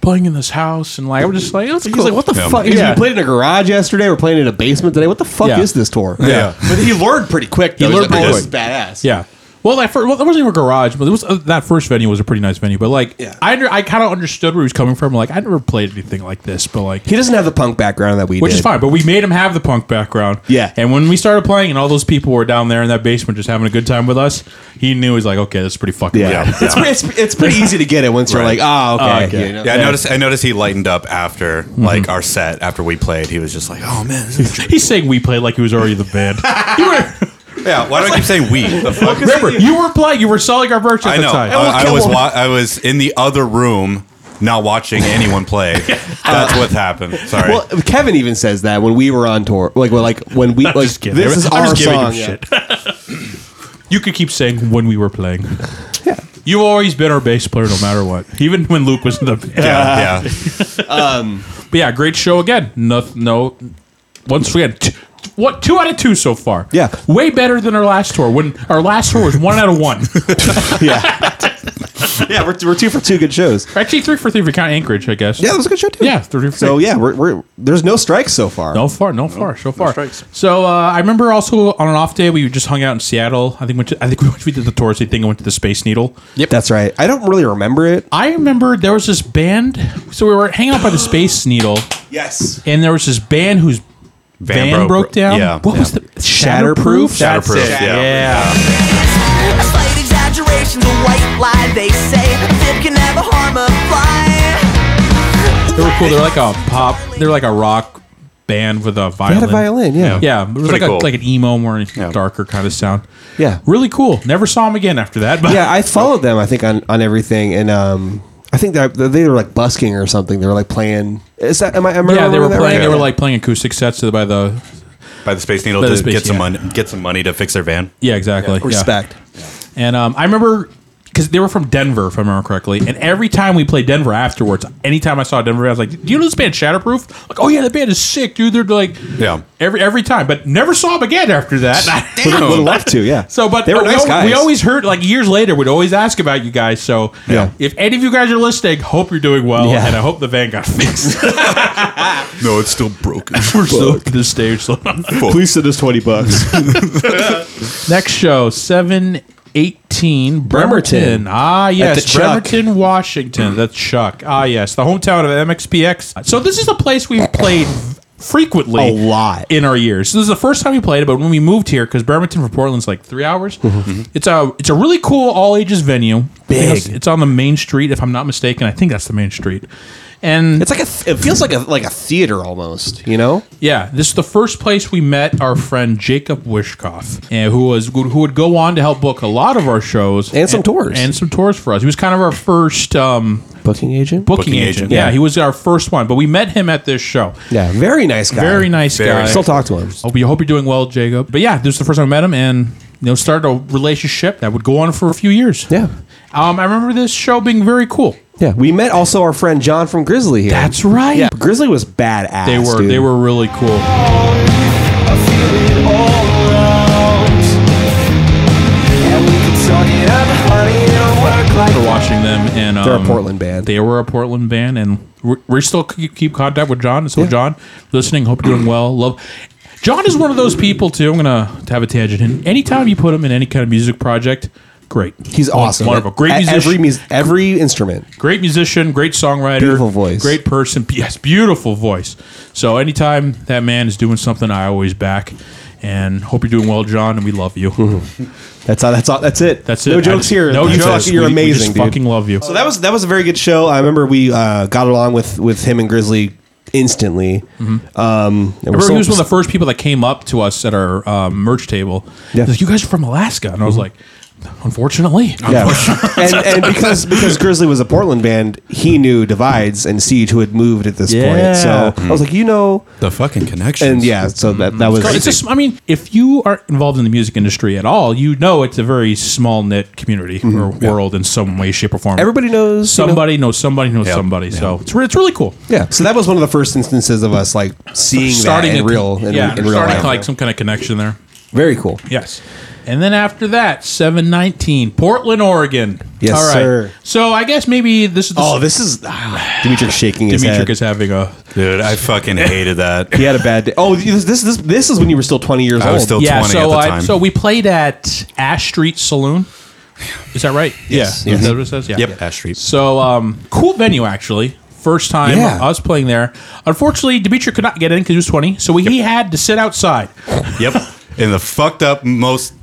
S2: playing in this house, and like I'm just like, it's
S1: He's
S2: cool.
S1: like, what the
S3: Yeah.
S1: fuck? He's like, we played in a garage yesterday. We're playing in a basement today. What the fuck
S2: Yeah.
S1: is this tour?
S3: Yeah.
S1: but he learned pretty quick. Though.
S2: He
S1: He's
S2: learned
S1: like,
S2: pretty
S1: oh, this is badass.
S2: Yeah. Well, that first, well, that wasn't even a garage, but it was uh, that first venue was a pretty nice venue. But like,
S1: Yeah.
S2: I under, I kind of understood where he was coming from. Like, I never played anything like this, but like,
S1: he doesn't have the punk background that we
S2: which
S1: did.
S2: is fine. But we made him have the punk background.
S1: Yeah.
S2: And when we started playing, and all those people were down there in that basement just having a good time with us, he knew he's like, okay, this is pretty fucking.
S1: Yeah,
S2: rad.
S1: It's, pre- it's it's pretty easy to get it once you're like,
S3: Right.
S1: oh, okay.
S2: Oh, okay.
S1: you know?
S3: Yeah, Mm-hmm. I noticed. I noticed he lightened up after like our set after we played. He was just like, "Oh man, this is a
S2: He's saying we played like he was already the band. you were,
S3: dream." yeah." Why do I keep saying we? The fuck?
S2: remember, you were playing. You were selling our merch at
S3: I
S2: the
S3: know.
S2: time.
S3: I, I
S1: kill
S3: was.
S1: him.
S3: Wa- I was in the other room, not watching anyone play. That's what happened. Sorry.
S1: Well, Kevin even says that when we were on tour, like, well, like when we, like,
S2: just kidding.
S1: this is
S2: I'm
S1: our
S2: just giving
S1: song.
S2: him
S1: yeah.
S2: shit. you could keep saying when we were playing. You've always been our bass player, no matter what. Even when Luke was in the band.
S1: uh,
S3: yeah, yeah.
S2: But yeah, great show again. No, no. Once we had t- what two out of two so far.
S1: Yeah.
S2: way better than our last tour. When our last tour was one out of one.
S1: yeah, yeah, we're, we're two for two good shows.
S2: Actually, three for three if you count Anchorage, I guess.
S1: Yeah, that was a good show too.
S2: Yeah, three for
S1: So
S2: three.
S1: yeah, we're, we're there's no strikes so far.
S2: No far, no far, so far.
S3: strikes.
S2: so uh, I remember also on an off day we just hung out in Seattle. I think went to, I think we, went- we did the touristy thing and went to the Space Needle.
S1: Yep, that's right. I don't really remember it.
S2: I remember there was this band. So we were hanging out by the Space Needle,
S1: Yes,
S2: and there was this band whose van,
S3: bro-
S2: broke down.
S3: Yeah.
S2: What was
S3: Yeah.
S2: the Shatterproof?
S1: Shatterproof?
S2: That's
S3: Shatterproof,
S2: it.
S3: yeah.
S2: yeah.
S5: A slight exaggeration's a white lie, they say. A fib can never harm a fly.
S2: They were cool. They're like a pop. They're like a rock band with a violin.
S1: had a violin, yeah.
S2: yeah. It was
S3: Pretty
S2: like
S3: cool.
S2: a, like an emo, more
S3: Yeah.
S2: darker kind of sound.
S1: Yeah.
S2: really cool. Never saw him again after that. But
S1: yeah, I followed them. I think on on everything, and um, I think that they were like busking or something. They were like playing. Is that am I? Am I
S2: yeah, they
S1: remembering
S2: were
S1: that
S2: playing.
S1: right?
S2: They were like playing acoustic sets by the.
S3: By the Space Needle
S2: By
S3: to
S2: the Space-
S3: get some
S2: yeah.
S3: money, get some money to fix their van.
S2: Yeah, exactly. Yeah.
S1: respect.
S2: And um, I remember because they were from Denver, if I remember correctly. And every time we played Denver afterwards, anytime I saw Denver, I was like, "Do you know this band Shatterproof?" Like, "Oh yeah, the band is sick, dude." They're like,
S3: Yeah.
S2: every every time, but never saw them again after that.
S1: Would would love to. Yeah.
S2: So, but
S1: they were
S2: we,
S1: nice
S2: al-
S1: guys.
S2: we always heard like years later, we'd always ask about you guys. So,
S1: Yeah.
S2: if any of you guys are listening, hope you're doing well,
S1: Yeah.
S2: and I hope the van got fixed.
S3: No, it's still broken.
S2: We're still at this stage. So.
S1: please send us twenty bucks.
S2: Next show seven eighteen Bremerton.
S1: Bremerton.
S2: Ah,
S1: At the
S2: yes,
S1: Chuck.
S2: Bremerton, Washington. That's Chuck. Ah, yes, the hometown of MXPX. So this is a place we've played frequently
S1: A lot.
S2: in our years. So this is the first time we played it, but when we moved here, because Bremerton from Portland's like three hours,
S1: Mm-hmm.
S2: Mm-hmm. it's a it's a really cool all ages venue.
S1: Big.
S2: It's, it's on the main street, if I'm not mistaken. I think that's the main street. And
S1: It's like a. th- it feels like a like a theater almost. You know.
S2: yeah, this is the first place we met our friend Jacob Wishkoff, and who was who would go on to help book a lot of our shows
S1: And some tours.
S2: and some tours for us. He was kind of our first um,
S1: Booking agent.
S2: booking,
S3: Booking
S2: agent.
S3: agent,
S2: Yeah.
S1: yeah.
S2: he was our first one, but we met him at this show.
S1: Yeah, very nice guy.
S2: Very nice
S3: Very
S2: guy.
S3: nice.
S1: Still talk to him.
S2: Hope you hope you're doing well, Jacob. But yeah, this is the first time I met him, and you know, started a relationship that would go on for a few years.
S1: Yeah.
S2: um, I remember this show being very cool.
S1: Yeah, we met also our friend John from Grizzly here.
S2: That's right.
S1: Yeah, Grizzly was badass.
S2: They were
S1: dude.
S2: they were really cool.
S4: I feel it all around. And we can suck it up, honey, and work like
S2: for watching them and um,
S1: They're a Portland band.
S2: They were a Portland band, and we're, we're still c- keep contact with John. So John, listening, hope you're doing well. Love. John is one of those people too. I'm gonna have a tangent. And anytime you put him in any kind of music project, great.
S1: He's
S2: One-
S1: awesome.
S2: Wonderful. Great
S1: At
S2: musician.
S1: Every mus- every instrument.
S2: great musician. Great songwriter.
S1: Beautiful voice.
S2: Great person. Yes, beautiful voice. So anytime that man is doing something, I always back. And hope you're doing well, John. And we love you.
S1: That's all. That's all. That's it.
S2: That's it.
S1: Mm-hmm. No
S2: I
S1: jokes
S2: just-
S1: here.
S2: No
S1: You
S2: jokes.
S1: fucking- You're
S2: We- we just
S1: amazing, dude.
S2: Fucking love you.
S1: So that was that was a very good show. I remember we uh, got along with with him and Grizzly instantly. Um, and we're
S2: I
S1: still-
S2: Mm-hmm. remember he was one of the first people that came up to us at our um, merch table.
S1: Yeah. Mm-hmm.
S2: He's like, "You guys are from Alaska," and I was like, Unfortunately.
S1: Yeah. and, and because because Grizzly was a Portland band, he knew Divides and Siege who had moved at this
S2: Yeah.
S1: point. So I was like, you know,
S3: The fucking connection.
S1: and yeah, so that that was
S2: It's just, I mean, if you are involved in the music industry at all, you know it's a very small knit community or world in some way, shape, or form.
S1: Mm-hmm. everybody knows you know.
S2: somebody knows somebody knows
S3: Yeah.
S2: somebody. So it's, re- it's really cool.
S1: Yeah, so that was one of the first instances of us like seeing starting that in
S2: a-
S1: real in,
S2: yeah,
S1: in real
S2: starting
S1: life.
S2: like some kind of connection there.
S1: Very cool.
S2: Yes. And then after that, 719, Portland, Oregon.
S1: Yes, sir.
S2: So I guess maybe this is the
S1: Oh, this is ah, Dimitri shaking his
S2: Dimitri
S1: head.
S2: is having a.
S3: Dude, I fucking hated that.
S1: he had a bad day. Oh, this this this, this is when you were still twenty years
S3: I
S1: old.
S3: was still
S2: Yeah,
S3: 20
S2: so
S3: at the
S2: I-
S3: time.
S2: so we played at Ash Street Saloon. Is that right?
S1: Yes.
S2: Yeah.
S1: Yes.
S2: Is that what it says? Yeah.
S3: Mm-hmm. yep, Ash Street.
S2: So um, cool venue actually. First time
S3: Yeah.
S2: us playing there. Unfortunately, Dimitri could not get in because he was 20, so we, he had to sit outside.
S3: Yep. In the fucked up most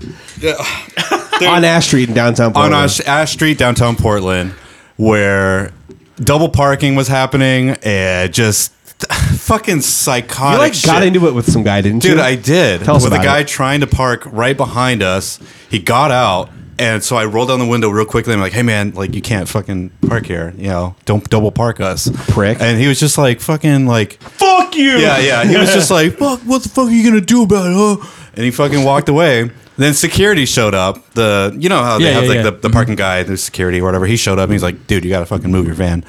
S1: on Ash Street in downtown.
S3: on
S1: Portland.
S3: Ash, Ash Street, downtown Portland, where double parking was happening and just fucking psychotic.
S1: you like
S3: shit.
S1: got into it with some guy, didn't you?
S3: Dude, I did.
S1: Tell us
S3: with a
S1: about
S3: guy
S1: it.
S3: trying to park right behind us. He got out, and so I rolled down the window real quickly. I'm like, "Hey, man, like you can't fucking park here. You know, don't double park us,
S1: Prick.
S3: And he was just like, "Fucking like,
S1: Fuck you.
S3: yeah, yeah." He was just like, "Fuck, what the fuck are you gonna do about it?" Huh? And he fucking walked away. Then security showed up. The you know how they
S2: Yeah,
S3: have
S2: yeah,
S3: like
S2: yeah.
S3: the,
S1: Mm-hmm.
S3: the parking guy, the security or whatever. He showed up. and He's like, "Dude, you gotta fucking move your van."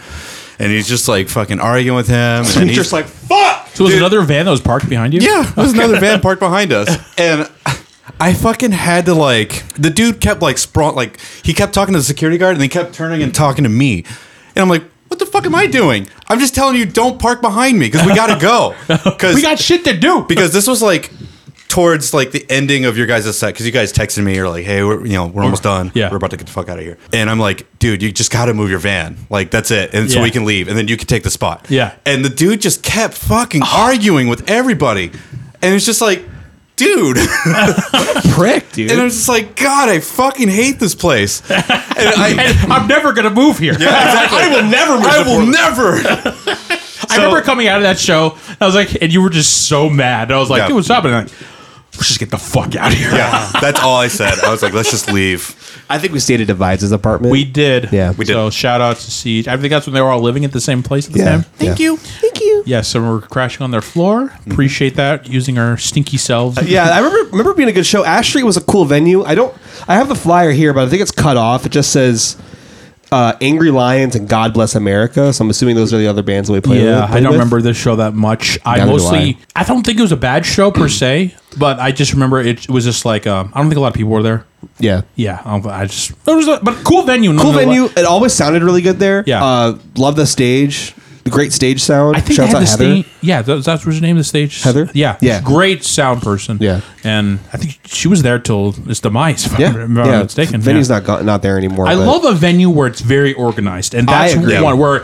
S3: And he's just like fucking arguing with him. And then he's
S1: He's just like fuck.
S2: So it was
S3: Dude.
S2: another van that was parked behind you?
S3: yeah, there was another van parked behind us, and I fucking had to like. The dude kept like sprawl, like he kept talking to the security guard, and he kept turning and talking to me, and I'm like, "What the fuck am I doing? I'm just telling you, don't park behind me because we gotta go. Because
S2: We got shit to do.
S3: because this was like towards like the ending of your guys' set because you guys texted me you're like hey we're you know we're almost done
S2: Yeah.
S3: we're about to get the fuck out of here and i'm like dude you just gotta move your van like that's it and so
S2: Yeah.
S3: we can leave and then you can take the spot
S2: Yeah.
S3: and the dude just kept fucking arguing with everybody and it's just like dude
S1: Prick, dude.
S3: and i was just like god i fucking hate this place and i
S2: And I'm never going to move here.
S1: I will never. Move
S3: i
S1: to
S3: will
S1: Portland.
S3: never
S2: I remember coming out of that show. I was like, and you were just so mad. And I was like,
S3: Yeah.
S2: dude, what's happening? Like, Let's just get the fuck out of here.
S3: yeah that's all i said i was like let's just leave
S1: I think we stayed at Divides' apartment.
S2: We did.
S1: Yeah. We
S3: did.
S2: So shout out to Siege. I think that's when they were all living at the same place at the
S1: Yeah.
S2: time.
S1: Thank
S2: you. Thank
S1: you.
S2: Yes, and we we're crashing on their floor. Appreciate that. Using our stinky selves.
S1: Uh, Yeah, I remember remember being a good show. Ash Street was a cool venue. I don't I have the flyer here, but I think it's cut off. It just says uh, Angry Lions and God Bless America. So I'm assuming those are the other bands that we played.
S2: Yeah,
S1: with,
S2: I don't
S1: with.
S2: remember this show that much. I
S1: Neither do
S2: mostly, I. don't think it was a bad show per se, but I just remember it was just like um, I don't think a lot of people were there.
S1: Yeah.
S2: Yeah, I, don't, I just it was, a, but cool venue.
S1: Cool
S2: nonetheless.
S1: venue. It always sounded really good there.
S2: Yeah.
S1: Uh, love the stage. Great stage sound.
S2: I think
S1: Shouts
S2: they
S1: out
S2: had the
S1: Heather.
S2: stage. Yeah, that, that's what's her name. The stage.
S1: Heather?
S2: Yeah,
S1: Yeah.
S2: Great sound person.
S1: Yeah.
S2: and I think she was there till its demise. If
S1: Yeah.
S2: I'm not
S1: yeah.
S2: mistaken.
S1: Venue's
S2: Yeah.
S1: not go- not there anymore.
S2: I
S1: but-
S2: love a venue where it's very organized, and
S1: I
S2: that's
S1: agree.
S2: one where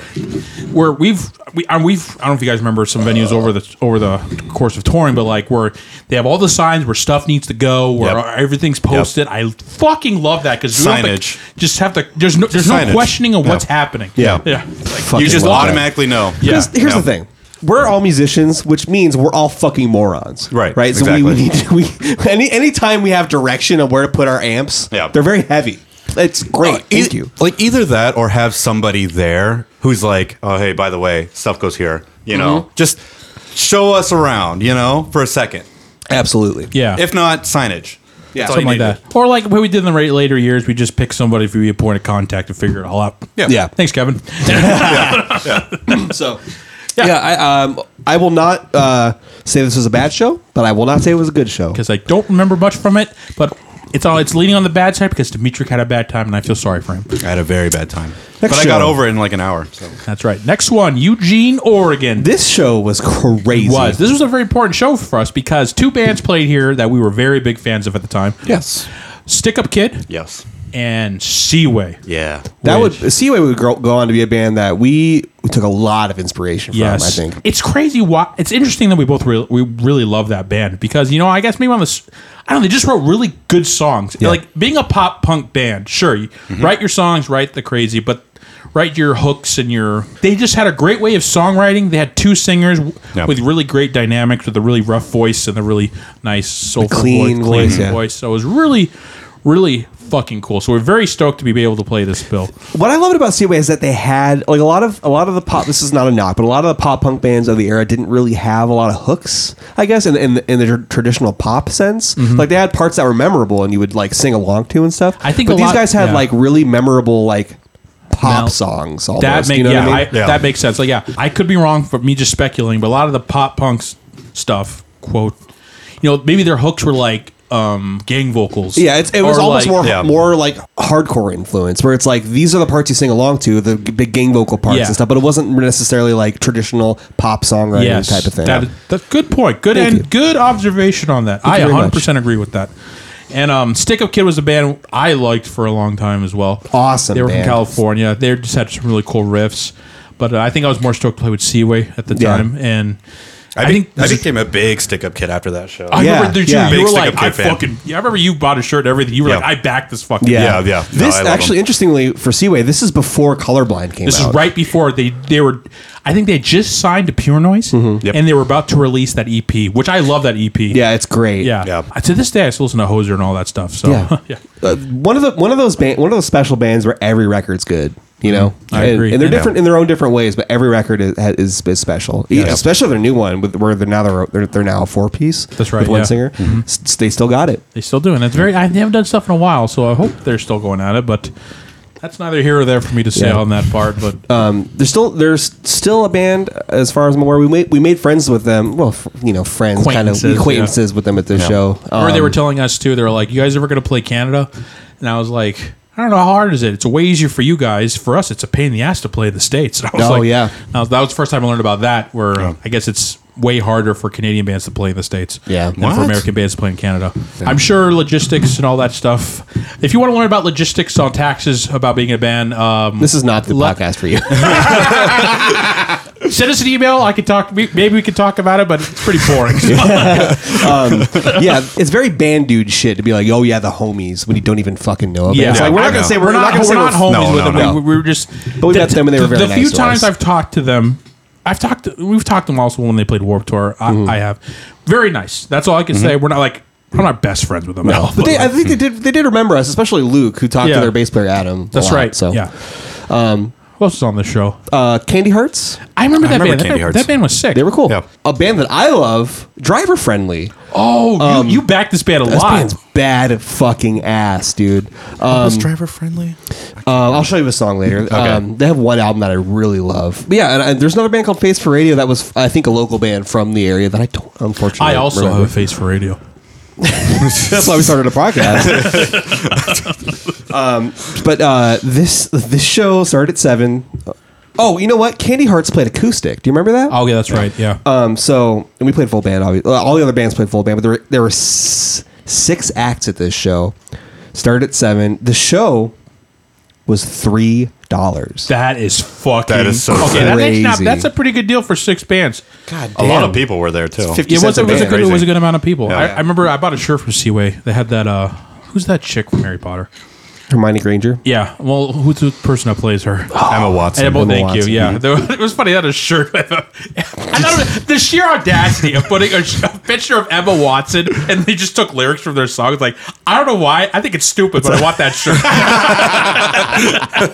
S2: where we've we and we've I don't know if you guys remember some venues over the over the course of touring, but like where they have all the signs where stuff needs to go, where
S3: Yep.
S2: everything's posted. I fucking love that because
S3: Signage.
S2: just have to. There's no there's
S3: Signage.
S2: no questioning of what's happening.
S3: Yeah.
S2: yeah. Like,
S1: Fucking
S3: you just
S1: love that.
S3: automatically know
S2: Yeah.
S1: Because here's
S3: No.
S1: the thing. We're all musicians, which means we're all fucking morons.
S3: Right,
S1: Right. So we, we need to,
S3: exactly.
S1: we any anytime we have direction on where to put our amps,
S3: Yeah.
S1: they're very heavy. It's great.
S3: Oh, e-
S1: Thank you.
S3: Like either that or have somebody there who's like, oh hey, by the way, stuff goes here. You know,
S1: Mm-hmm.
S3: just show us around. You know, for a second.
S1: Absolutely.
S2: yeah.
S3: If not, signage.
S1: Yeah.
S3: That's all you
S1: Something
S2: like
S3: need.
S2: that. Or like what we did in the ra- later years, we just pick somebody to be a point of contact to figure it all out.
S3: Yeah.
S1: Yeah.
S2: Thanks, Kevin.
S1: So yeah, I um I will not uh, say this was a bad show, but I will not say it was a good show.
S2: Because I don't remember much from it, but it's all it's leaning on the bad side because Dimitri had a bad time and I feel sorry for him.
S3: I had a very bad time, but
S1: Next
S3: I got
S1: show.
S3: over it in like an hour. So
S2: That's right. Next one, Eugene, Oregon.
S1: This show was crazy.
S2: was this was a very important show for us because two bands played here that we were very big fans of at the time.
S1: yes.
S2: Stick Up Kid
S3: yes,
S2: and Seaway.
S3: yeah,
S1: That
S2: Which-
S1: would Seaway would grow, go on to be a band that we took a lot of inspiration from.
S2: Yes,
S1: I think
S2: it's crazy. Why it's interesting that we both re- we really love that band because you know I guess maybe on this I don't know they just wrote really good songs. Like being a pop punk band, sure, you
S1: Mm-hmm.
S2: write your songs, write the crazy, but write your hooks and your. They just had a great way of songwriting. They had two singers w-
S3: Yeah.
S2: with really great dynamics, with a really rough voice and a really nice soulful
S1: clean
S2: voice, clean
S1: voice, yeah.
S2: voice. So it was really, really fucking cool. So we're very stoked to be able to play this bill.
S1: What I loved about Seaway is that they had like a lot of a lot of the pop. This is not a knock, but a lot of the pop punk bands of the era didn't really have a lot of hooks, I guess, in in, in the tr- traditional pop sense. Like they had parts that were memorable and you would like sing along to and stuff.
S2: Mm-hmm. I think
S1: but
S2: a
S1: these
S2: lot-
S1: guys had
S2: yeah.
S1: like really memorable like pop
S2: Now,
S1: songs. Almost,
S2: That makes
S1: you know
S2: yeah,
S1: what I
S2: I
S1: mean?
S3: Yeah.
S2: that makes sense. Like yeah, I could be wrong for me just speculating, but a lot of the pop punks stuff quote, you know, maybe their hooks were like um gang vocals.
S1: Yeah, it's, it was
S2: Or,
S1: almost
S2: like-
S1: more
S3: Yeah.
S1: more like hardcore influence, where it's like these are the parts you sing along to, the g- big gang vocal parts
S2: Yeah.
S1: and stuff. But it wasn't necessarily like traditional pop songwriting
S2: yes,
S1: type of thing.
S2: That, that- good point. Good
S1: Thank
S2: and
S1: you.
S2: good observation on that.
S1: you
S2: I
S1: very
S2: 100 percent agree with that. And um, Stick Up Kid was a band I liked for a long time as well.
S1: Awesome
S2: They were
S1: band.
S2: from California. They just had some really cool riffs. But uh, I think I was more stoked to play with Seaway at the
S1: Yeah.
S2: time. And
S3: I,
S2: I
S3: be-
S2: think
S3: I
S2: this is-
S3: became a big stick up kid after that show.
S2: I
S1: Oh, Yeah,
S2: remember dude,
S1: yeah.
S2: you,
S3: Big
S2: you were
S3: Stick
S2: like,
S3: Up Kid
S2: I
S3: fan.
S2: fucking. Yeah, I remember you bought a shirt and everything. You were
S3: Yeah.
S2: like, I back this fucking.
S3: Yeah, yeah. No,
S1: this
S3: I love 'em.
S1: actually, interestingly, for Seaway, this is before Colorblind came
S2: This
S1: out.
S2: is right before they they were. I think they just signed to Pure Noise,
S3: Yep.
S2: and they were about to release that EP, which I love that EP.
S1: Mm-hmm. Yeah, it's great.
S2: Yeah.
S3: Yeah.
S2: Uh, To this day, I still listen to Hoser and all that stuff. So,
S1: yeah.
S2: yeah.
S1: Uh, one of the one of those band, one of those special bands where every record's good. You know,
S2: Mm-hmm. I
S1: and,
S2: agree.
S1: and they're
S2: Yeah.
S1: different in their own different ways, but every record is is, is special. Yeah, Especially their new one, with where they're now they're, they're, they're now a four piece.
S2: That's right,
S1: With one
S2: yeah. Mm-hmm.
S1: singer, S- they still got it.
S2: They still doing it. It's very, I haven't done stuff in a while, so I hope they're still going at it, but that's neither here or there for me to say
S1: Yeah.
S2: on that part. But
S1: There's still there's still a band as far as I'm aware. We made we made friends with them. Well, f- you know, friends kind of
S2: Acquaintances, yeah.
S1: acquaintances with them at this show.
S2: or they
S1: Um,
S2: were telling us too, they were like, you guys ever going to play Canada? And I was like, I don't know how hard is it. It's a way easier for you guys. For us, it's a pain in the ass to play the states. And I was
S1: Oh,
S2: like,
S1: yeah.
S2: That was, that was the first time I learned about that. Where uh, I guess it's way harder for Canadian bands to play in the states.
S1: Yeah.
S2: than
S1: What?
S2: for American bands to play in Canada. I'm sure logistics and all that stuff. If you want to learn about logistics on taxes about being a band, um,
S1: This is not the
S2: Le-
S1: podcast for you.
S2: send us an email. I could talk. we- Maybe we could talk about it, but it's pretty boring.
S1: yeah, it's very band dude shit to be like, oh yeah, the homies when you don't even fucking know. Them.
S2: Yeah,
S1: It's like, we're
S2: I
S1: not gonna
S2: know.
S1: say we're, not, gonna
S2: we're
S1: say
S2: not
S1: we're-
S2: homies
S3: No,
S2: with
S3: no,
S2: them.
S1: no.
S2: We, we were just.
S1: But we met them and they were very
S2: the
S1: nice
S2: few
S1: to
S2: times
S1: us.
S2: I've talked to them, I've talked. To, we've talked to them also when they played Warp Tour. I,
S1: Mm-hmm.
S2: I have very nice. That's all I can say. We're not like I'm not best friends with them. at all,
S1: But they, I
S2: like,
S1: think they did. They did remember us, especially Luke, who talked to
S2: Hmm. Yeah.
S1: their bass player Adam. a
S2: that's
S1: lot,
S2: right.
S1: So, Um,
S2: yeah. Who else is on the show?
S1: uh, Candy Hearts,
S2: I remember that
S3: remember
S2: band. That
S3: Candy
S2: band-
S3: Hearts.
S2: that, band was sick.
S1: they were cool.
S3: Yeah.
S1: A band that I love, Driver Friendly.
S2: Oh, you, you backed this band a
S1: Um, This
S2: lot.
S1: band's bad fucking ass, dude. Um,
S3: was driver friendly.
S1: Uh, I'll show you a song later. Um, they have one album that I really love. But yeah, and, and there's another band called Face for Radio that was, I think, a local band from the area that I don't, unfortunately,
S2: I also
S1: remember.
S2: have a face for radio.
S1: That's why we started a podcast. um, but uh, this this show started at seven. Oh, you know what? Candy Hearts played acoustic. Do you remember that?
S2: Oh yeah, that's right. Yeah.
S1: Um, so and we played full band. Obviously, all the other bands played full band, but there were, there were s- six acts at this show. Started at seven. The show was three dollars.
S2: that is fucking.
S3: That is so
S2: okay. that- that's not-
S1: crazy.
S2: that's a pretty good deal for six bands.
S1: God
S3: A lot of people were there too.
S2: It was, it, was a good, it was a good amount of people.
S3: Yeah.
S2: I, I remember I bought a shirt from Seaway. They had that. uh Who's that chick from Harry Potter?
S1: Hermione Granger.
S2: Yeah. Well, who's the person that plays her?
S1: Oh,
S3: Emma Watson.
S2: Emma,
S1: Emma
S2: thank
S1: Watson.
S2: you. Yeah, There- it was funny. That a shirt. With a, I thought it was- the sheer audacity of putting a, sh- a picture of Emma Watson, and they just took lyrics from their songs. Like I don't know why. I think it's stupid, but I want that shirt.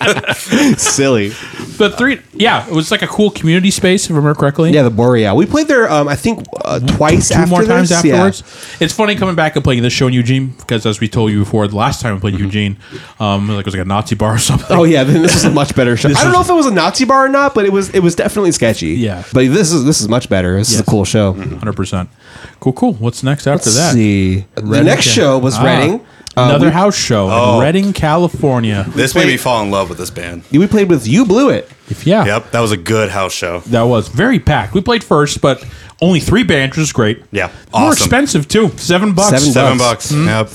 S1: Silly.
S2: but three, yeah, it was like a cool community space. If I remember correctly.
S1: Yeah, the Boreal. We played there. Um, I think uh, twice.
S2: two
S1: after
S2: more times
S1: this. Yeah.
S2: afterwards. It's funny coming back and playing this show in Eugene because, as we told you before, the last time we played Eugene, um, like it was like a Nazi bar or something.
S1: Mm-hmm. Oh yeah, then this is a much better show. I don't
S2: is-
S1: know if it was a Nazi bar or not, but it was it was definitely sketchy.
S2: Yeah.
S1: but this is this is much better. This is a
S2: Yes.
S1: cool show.
S2: Hundred percent. Cool, cool. What's next after
S1: Let's
S2: that?
S1: see. the
S2: Redding,
S1: next
S2: Ca-
S1: show was
S2: Ah,
S1: Reading. Uh,
S2: Another
S1: we-
S2: house show
S3: Oh.
S2: in Redding, California.
S3: This made me fall in love with this band.
S1: We played with You Blew It.
S2: If- yeah,
S3: Yep, that was a good house show.
S2: that was very packed. We played first, but only three bands, which is great.
S3: Yeah.
S2: more
S3: Awesome.
S2: expensive too. Seven bucks.
S1: Seven
S3: Seven bucks.
S1: bucks. Hmm?
S3: Yep.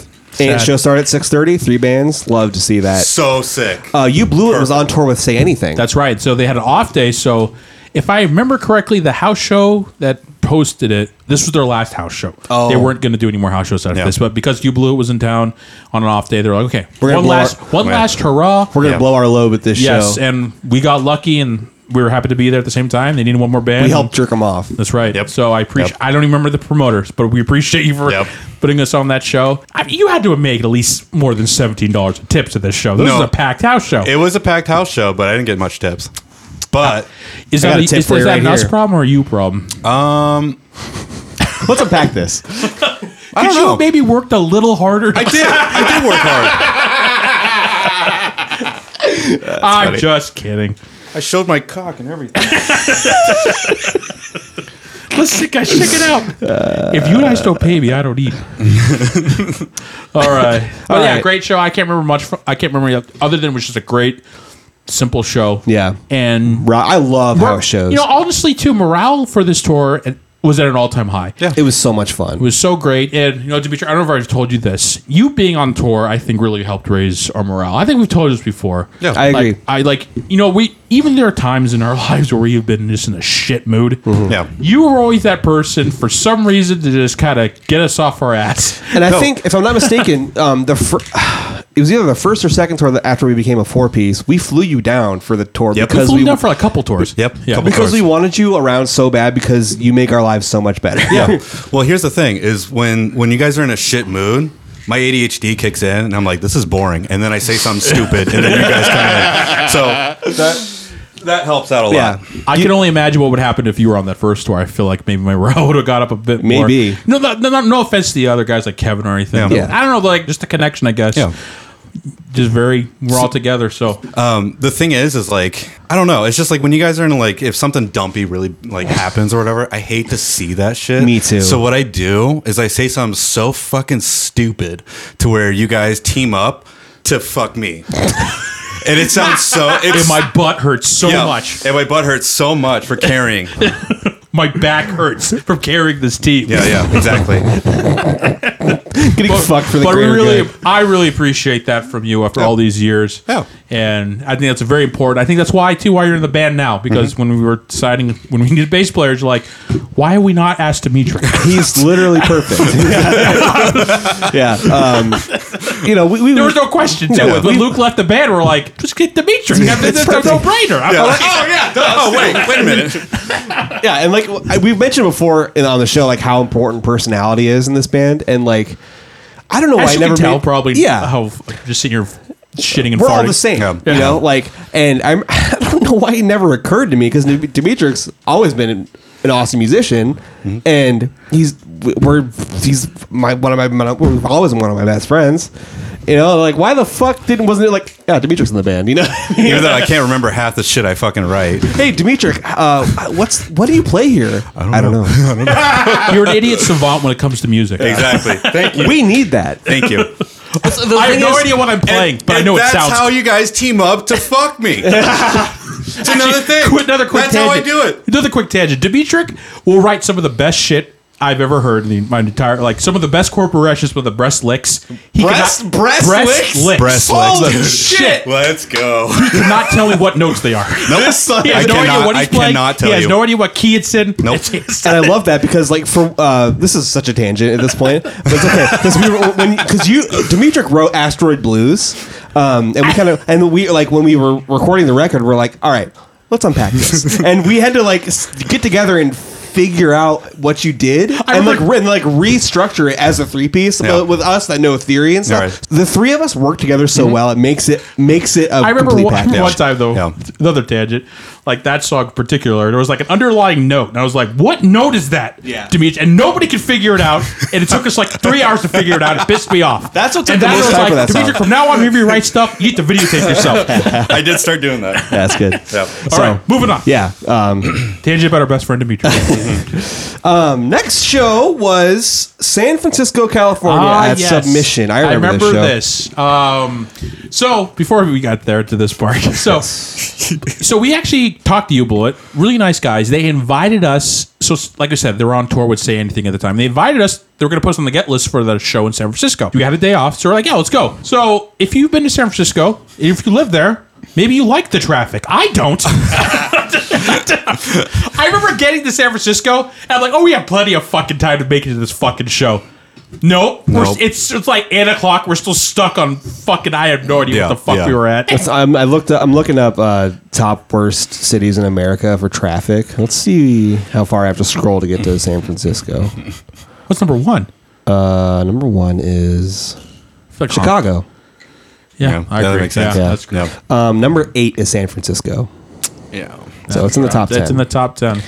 S1: And show started at six thirty. Three bands. Love to see that.
S3: So sick.
S1: Uh, you Blew It was on tour with Say Anything.
S2: That's right. So they had an off day. So if I remember correctly, the house show that posted it, this was their last house show.
S1: Oh.
S2: They weren't going to do any more house shows after
S3: Yeah.
S2: this, but because You Blew It was in town on an off day, they're like, okay,
S1: We're gonna
S2: one
S1: blow
S2: last,
S1: our-
S2: one last hurrah.
S1: we're gonna
S3: Yeah.
S1: blow our load with this
S2: Yes,
S1: show.
S2: and we got lucky and we were happy to be there at the same time. They needed one more band.
S1: We helped jerk him off.
S2: That's right.
S3: Yep.
S2: So I appreciate.
S3: Yep.
S2: I don't even remember the promoters, but we appreciate you for
S3: Yep.
S2: putting us on that show. I mean, you had to have made at least more than seventeen dollars in tips at this show. This
S3: No.
S2: is a packed house show.
S3: It was a packed house show, but I didn't get much tips. But
S2: Is
S1: I
S2: that,
S1: got
S2: a,
S1: a tip
S2: is,
S1: for you
S2: is that
S1: right
S2: an us
S1: here.
S2: problem or a you problem?
S1: Let's unpack this.
S3: I don't
S2: Could you
S3: know.
S2: have maybe worked a little harder?
S3: I did. I did work hard.
S2: I'm
S3: funny.
S2: just kidding.
S3: I showed my cock and everything.
S2: Let's check, guys, check it out. if you guys don't pay me, I don't eat. All right. But
S1: All
S2: Oh, yeah,
S1: right.
S2: great show. I can't remember much. From, I can't remember other than it was just a great, simple show.
S1: Yeah.
S2: And
S1: Rob, I love
S2: Mor-
S1: house shows.
S2: You know, honestly, too, morale for this tour at- was at an all-time high. Yeah,
S1: it was so much fun.
S2: it was so great. And you know, Dimitri, I don't know if I already told you this. You being on tour, I think, really helped raise our morale. I think we've told you this before.
S3: Yeah.
S1: I agree.
S2: Like, I like you know we even there are times in our lives where we've been just in a shit mood.
S3: Yeah.
S2: You were always that person for some reason to just kind of get us off our ass.
S1: and I
S3: No.
S1: think, if I'm not mistaken, um, the fir- it was either the first or second tour that after we became a four piece, we flew you down for the tour
S3: Yep.
S2: We
S1: because
S2: flew
S1: we,
S2: down for like a couple tours.
S3: Yep,
S2: Yeah.
S3: couple
S1: because
S3: tours.
S1: we wanted you around so bad because you make our lives so much better.
S3: yeah. Well, here's the thing: is when when you guys are in a shit mood, my ADHD kicks in, and I'm like, "This is boring," and then I say something stupid, and then you guys kind of so that that helps out a lot.
S1: Yeah.
S2: I can only imagine what would happen if you were on that first tour. I feel like maybe my morale would have got up a bit more.
S1: Maybe.
S2: No, no, no, no offense to the other guys like Kevin or anything.
S3: Yeah.
S1: Yeah.
S2: I don't know, like just the connection, I guess.
S3: Yeah.
S2: Just very, we're all together. So
S3: Um, the thing is, is like I don't know. It's just like when you guys are in like if something dumpy really like happens or whatever. I hate to see that shit.
S1: Me too.
S3: So what I do is I say something so fucking stupid to where you guys team up to fuck me, and it sounds so. It's
S2: and my butt hurts so
S3: yeah,
S2: much.
S3: and my butt hurts so much for carrying. yeah,
S2: My back hurts from carrying this team.
S3: yeah, exactly.
S1: Getting fucked for the
S2: but we
S1: greater
S2: really,
S1: good.
S2: I really appreciate that from you after all these years.
S3: Yeah.
S2: and I think that's very important. I think that's why too why you're in the band now because when we were deciding when we needed bass players, you're like, why are we not asked Dimitri?
S1: He's literally perfect. yeah. Um, you know, we, we
S2: There was no question to
S1: Yeah.
S2: it. When Luke left the band, we're like, just get Dimitri. That's a no brainer. I'm like,
S3: oh yeah. Oh wait, wait a minute.
S1: yeah, and like I- we've mentioned before in, on the show, like how important personality is in this band, and like I don't know why
S2: as
S1: Oh, I
S2: you
S1: never
S2: can tell,
S1: made-
S2: probably
S1: Yeah,
S2: how just sitting here shitting and
S1: we're
S2: farting.
S1: all the same,
S3: Yeah.
S1: you
S3: Yeah.
S1: know. Like, and I'm I don't know why it never occurred to me because Dimitrix always been an, an awesome musician,
S3: Mm-hmm.
S1: and he's we're he's my one of my, my we've always been one of my best friends. You know, like why the fuck didn't wasn't it like yeah, Dimitrix in the band? You know,
S3: Even though I can't remember half the shit I fucking write.
S1: hey Dimitrix, uh, what's what do you play here? I don't, know.
S2: You're an idiot savant when it comes to music.
S3: Exactly. Thank you.
S1: we need that.
S3: Thank you.
S2: I have
S1: thing
S2: no
S1: is-
S2: idea what I'm playing,
S3: And-
S2: but I
S3: and
S2: know it
S3: that's
S2: sounds.
S3: how you guys team up to fuck me. it's another thing.
S2: Quit another quick
S3: That's
S2: tangent.
S3: how I do it.
S2: Another quick tangent. Dimitrik will write some of the best shit I've ever heard in the, my entire like some of the best corporations with the breast licks. He
S1: Breast-
S2: cannot-
S1: breast licks?
S3: Breast
S1: Holy
S3: licks.
S1: shit!
S3: Let's go.
S2: Cannot tell me what notes they are.
S1: This sucks.
S2: He has
S3: I
S2: no idea
S3: cannot-
S2: what he's
S3: I
S2: playing.
S3: cannot tell
S2: he has
S3: you.
S2: no idea what key it's in.
S3: Nope.
S2: It's- it's-
S1: and I love that because like for uh, this is such a tangent at this point, but it's okay because we were when because you Dimitrik wrote Asteroid Blues, um, and we kind of and we like when we were recording the record, we're like, all right, let's unpack this, and we had to like s- get together and figure out what you did and like
S2: remember-
S1: re- and like restructure it as a three piece
S3: Yeah.
S1: with us that know theory and stuff.
S3: Right.
S1: The three of us work together so well it makes it makes it a
S2: Mm-hmm. I remember
S1: complete
S2: one,
S1: package.
S2: one time though,
S3: Yeah.
S2: another tangent, like that song in particular. There was like an underlying note, and I was like, "What note is that?"
S1: Yeah.
S2: Dimitri, and nobody could figure it out, and it took us like three hours to figure it out. It pissed me off.
S1: That's what took
S2: and
S1: the
S2: that
S1: most
S2: was
S1: time for
S2: like,
S1: that song.
S2: Dimitri, from now on, whenever you write stuff, you need to videotape yourself. All
S3: I did start doing that.
S1: That's good.
S3: Yeah.
S2: right, moving on.
S1: Yeah. Um,
S2: Tangent about our best friend Dimitri.
S1: Next show was San Francisco, California
S2: Ah,
S1: at
S2: yes.
S1: Submission. I remember, this. Show.
S2: this. Um, so before we got there to this part, so so we actually talked to you, Bullet. Really nice guys. They invited us. So s- like I said, they were on tour with Say Anything at the time. They invited us. They were going to put us on the get list for the show in San Francisco. We had a day off, so we're like, yeah, let's go. So if you've been to San Francisco, if you live there. Maybe you like the traffic. I don't. I remember getting to San Francisco and I'm like, oh, we have plenty of fucking time to make it to this fucking show. Nope. We're,
S3: Nope.
S2: It's it's like eight o'clock. We're still stuck on fucking. I have no idea
S3: Yeah,
S2: what the fuck
S3: yeah.
S2: we were at.
S1: Let's- I'm, I looked. Up, I'm looking up uh, top worst cities in America for traffic. Let's see how far I have to scroll to get to San Francisco.
S2: What's number one?
S1: Uh, number one is Chicago.
S2: Yeah, I
S3: that
S2: agree.
S3: makes sense.
S2: Yeah,
S1: Yeah.
S2: that's great.
S3: Yeah.
S1: Um, number eight is San Francisco.
S3: yeah.
S1: So it's in the top
S2: Oh That's
S1: ten.
S2: in the top ten.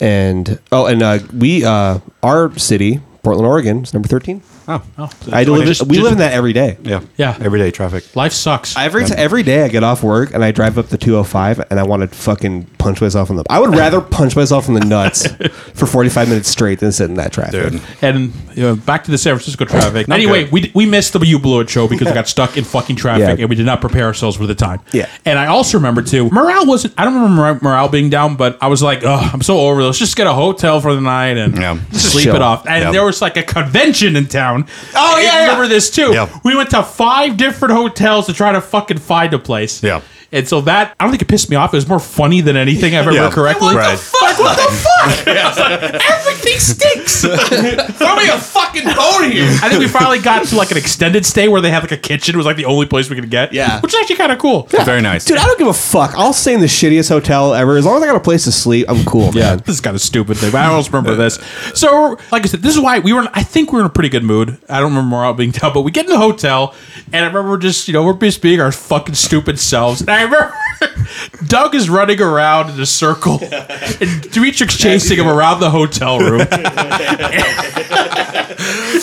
S1: and oh, and uh, we uh, our city, Portland, Oregon, is number thirteen.
S3: Oh.
S2: Oh,
S1: I live.
S2: Just-
S1: we
S2: just-
S1: live in that every day.
S3: Yeah.
S2: Yeah.
S3: Everyday traffic.
S2: Life sucks.
S1: Every t- every day I get off work and I drive up the 205 and I want to fucking punch myself in the. I would rather punch myself in the nuts for 45 minutes straight than sit in that traffic.
S3: Dude.
S2: and you know, back to the San Francisco traffic. anyway,
S3: good.
S2: we, we missed the You Blew It show because we got stuck in fucking traffic
S1: Yeah.
S2: and we did not prepare ourselves for the time.
S1: Yeah.
S2: And I also remember too, morale wasn't, I don't remember mor- morale being down, but I was like, oh, I'm so over this. Just get a hotel for the night and
S3: Yeah.
S2: just sleep
S1: Chill.
S2: it off. And
S3: Yeah.
S2: there was like a convention in town.
S1: Oh,
S2: I
S1: yeah, yeah.
S2: remember this too.
S3: Yeah.
S2: We went to five different hotels to try to fucking find a place.
S3: Yeah.
S2: And so that, I don't think it pissed me off. It was more funny than anything I've ever
S3: Yeah.
S2: correctly.
S3: Right.
S2: fuck? What the fuck? I was like, Everything stinks. Throw me a fucking bone here. I think we finally got to like an extended stay where they have like a kitchen. It was like the only place we could get.
S1: Yeah.
S2: which is actually kind of cool.
S3: Very nice.
S1: Dude, I don't give a fuck. I'll stay in the shittiest hotel ever. As long as I got a place to sleep, I'm cool.
S2: Yeah,
S1: man.
S2: this is kind of stupid thing. But I always remember this. So, like I said, this is why we were. In, I think we were in a pretty good mood. I don't remember morale being down, but we get in the hotel, and I remember just you know we're just being our fucking stupid selves. And I remember Doug is running around in a circle, and Dimitri's chasing him around the hotel room.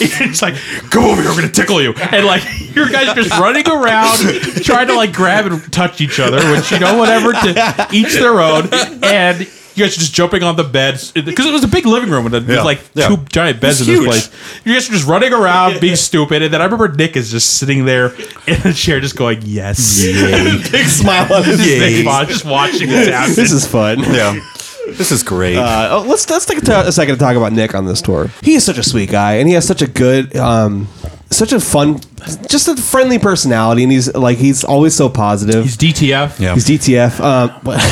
S2: It's like, come over here, we're gonna tickle you. And like your guys are just running around trying to like grab and touch each other, which you know, whatever to each their own. And you guys are just jumping on the beds because it was a big living room with uh,
S3: Yeah.
S2: like
S3: Yeah.
S2: two giant beds in
S3: It's
S2: this
S3: huge.
S2: place. You guys are just running around being stupid, and then I remember Nick is just sitting there in a chair, just going, "Yes,
S1: Big smile on his
S2: Big
S1: face.
S2: smile, just watching this happen."
S1: This is fun.
S3: yeah. This is great.
S1: Uh, oh, let's let's take a to- a second to talk about Nick on this tour. He is such a sweet guy, and he has such a good, um, such a fun, just a friendly personality, and he's like he's always so positive.
S2: He's DTF.
S3: yeah.
S1: He's DTF. Um, but-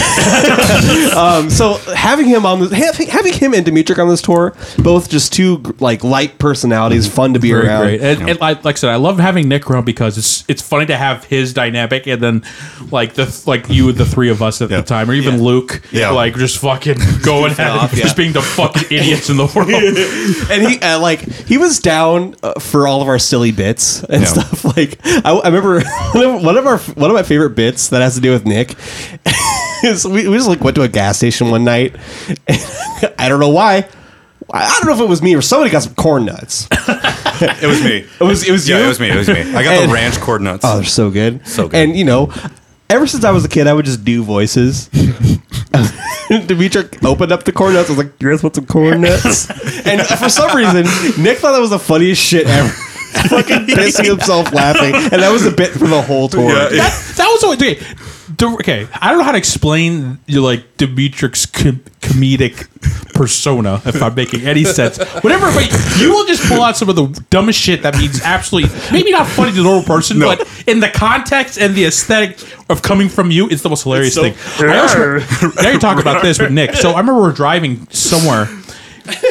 S1: um, so having him on this, hav- having him and Dimitrik on this tour, both just two like light personalities, fun to be
S2: Very
S1: around.
S2: great. And, and like, like I said, I love having Nick around because it's it's funny to have his dynamic and then like the th- like you the three of us at
S3: Yeah.
S2: the time or even Luke,
S3: Yeah.
S2: like just fucking going at
S1: off,
S2: it,
S1: yeah.
S2: just being the fucking idiots in the world.
S1: And he uh, like he was down uh, for all of our silly bits and
S3: Yeah.
S1: stuff. Like I, I remember one of- one of our one of my favorite bits that has to do with Nick. is we, we just like went to a gas station one night. And I don't know why. I I don't know if it was me or somebody got some corn nuts.
S3: it was me. It
S1: was- it was
S3: yeah,
S1: you?
S3: it was me. It was me. I got
S1: And-
S3: the ranch cord nuts.
S1: Oh, they're so good.
S3: So good.
S1: And you know, ever since I was a kid, I would just do voices. Dimitri opened up the corn nuts. I was like, "You guys want some corn nuts?" and for some reason, Nick thought that was the funniest shit ever. Fucking pissing himself laughing, and that was a bit for the whole tour.
S3: Yeah, yeah.
S2: that, that was always okay. The- Okay, I don't know how to explain you like Dimitri's com- comedic persona if I'm making any sense. Whatever, but you will just pull out some of the dumbest shit that means absolutely maybe not funny to the normal person,
S3: No.
S2: but in the context and the aesthetic of coming from you, it's the most hilarious
S3: so-
S2: thing. I also- now you're talking about this with Nick. So I remember we're driving somewhere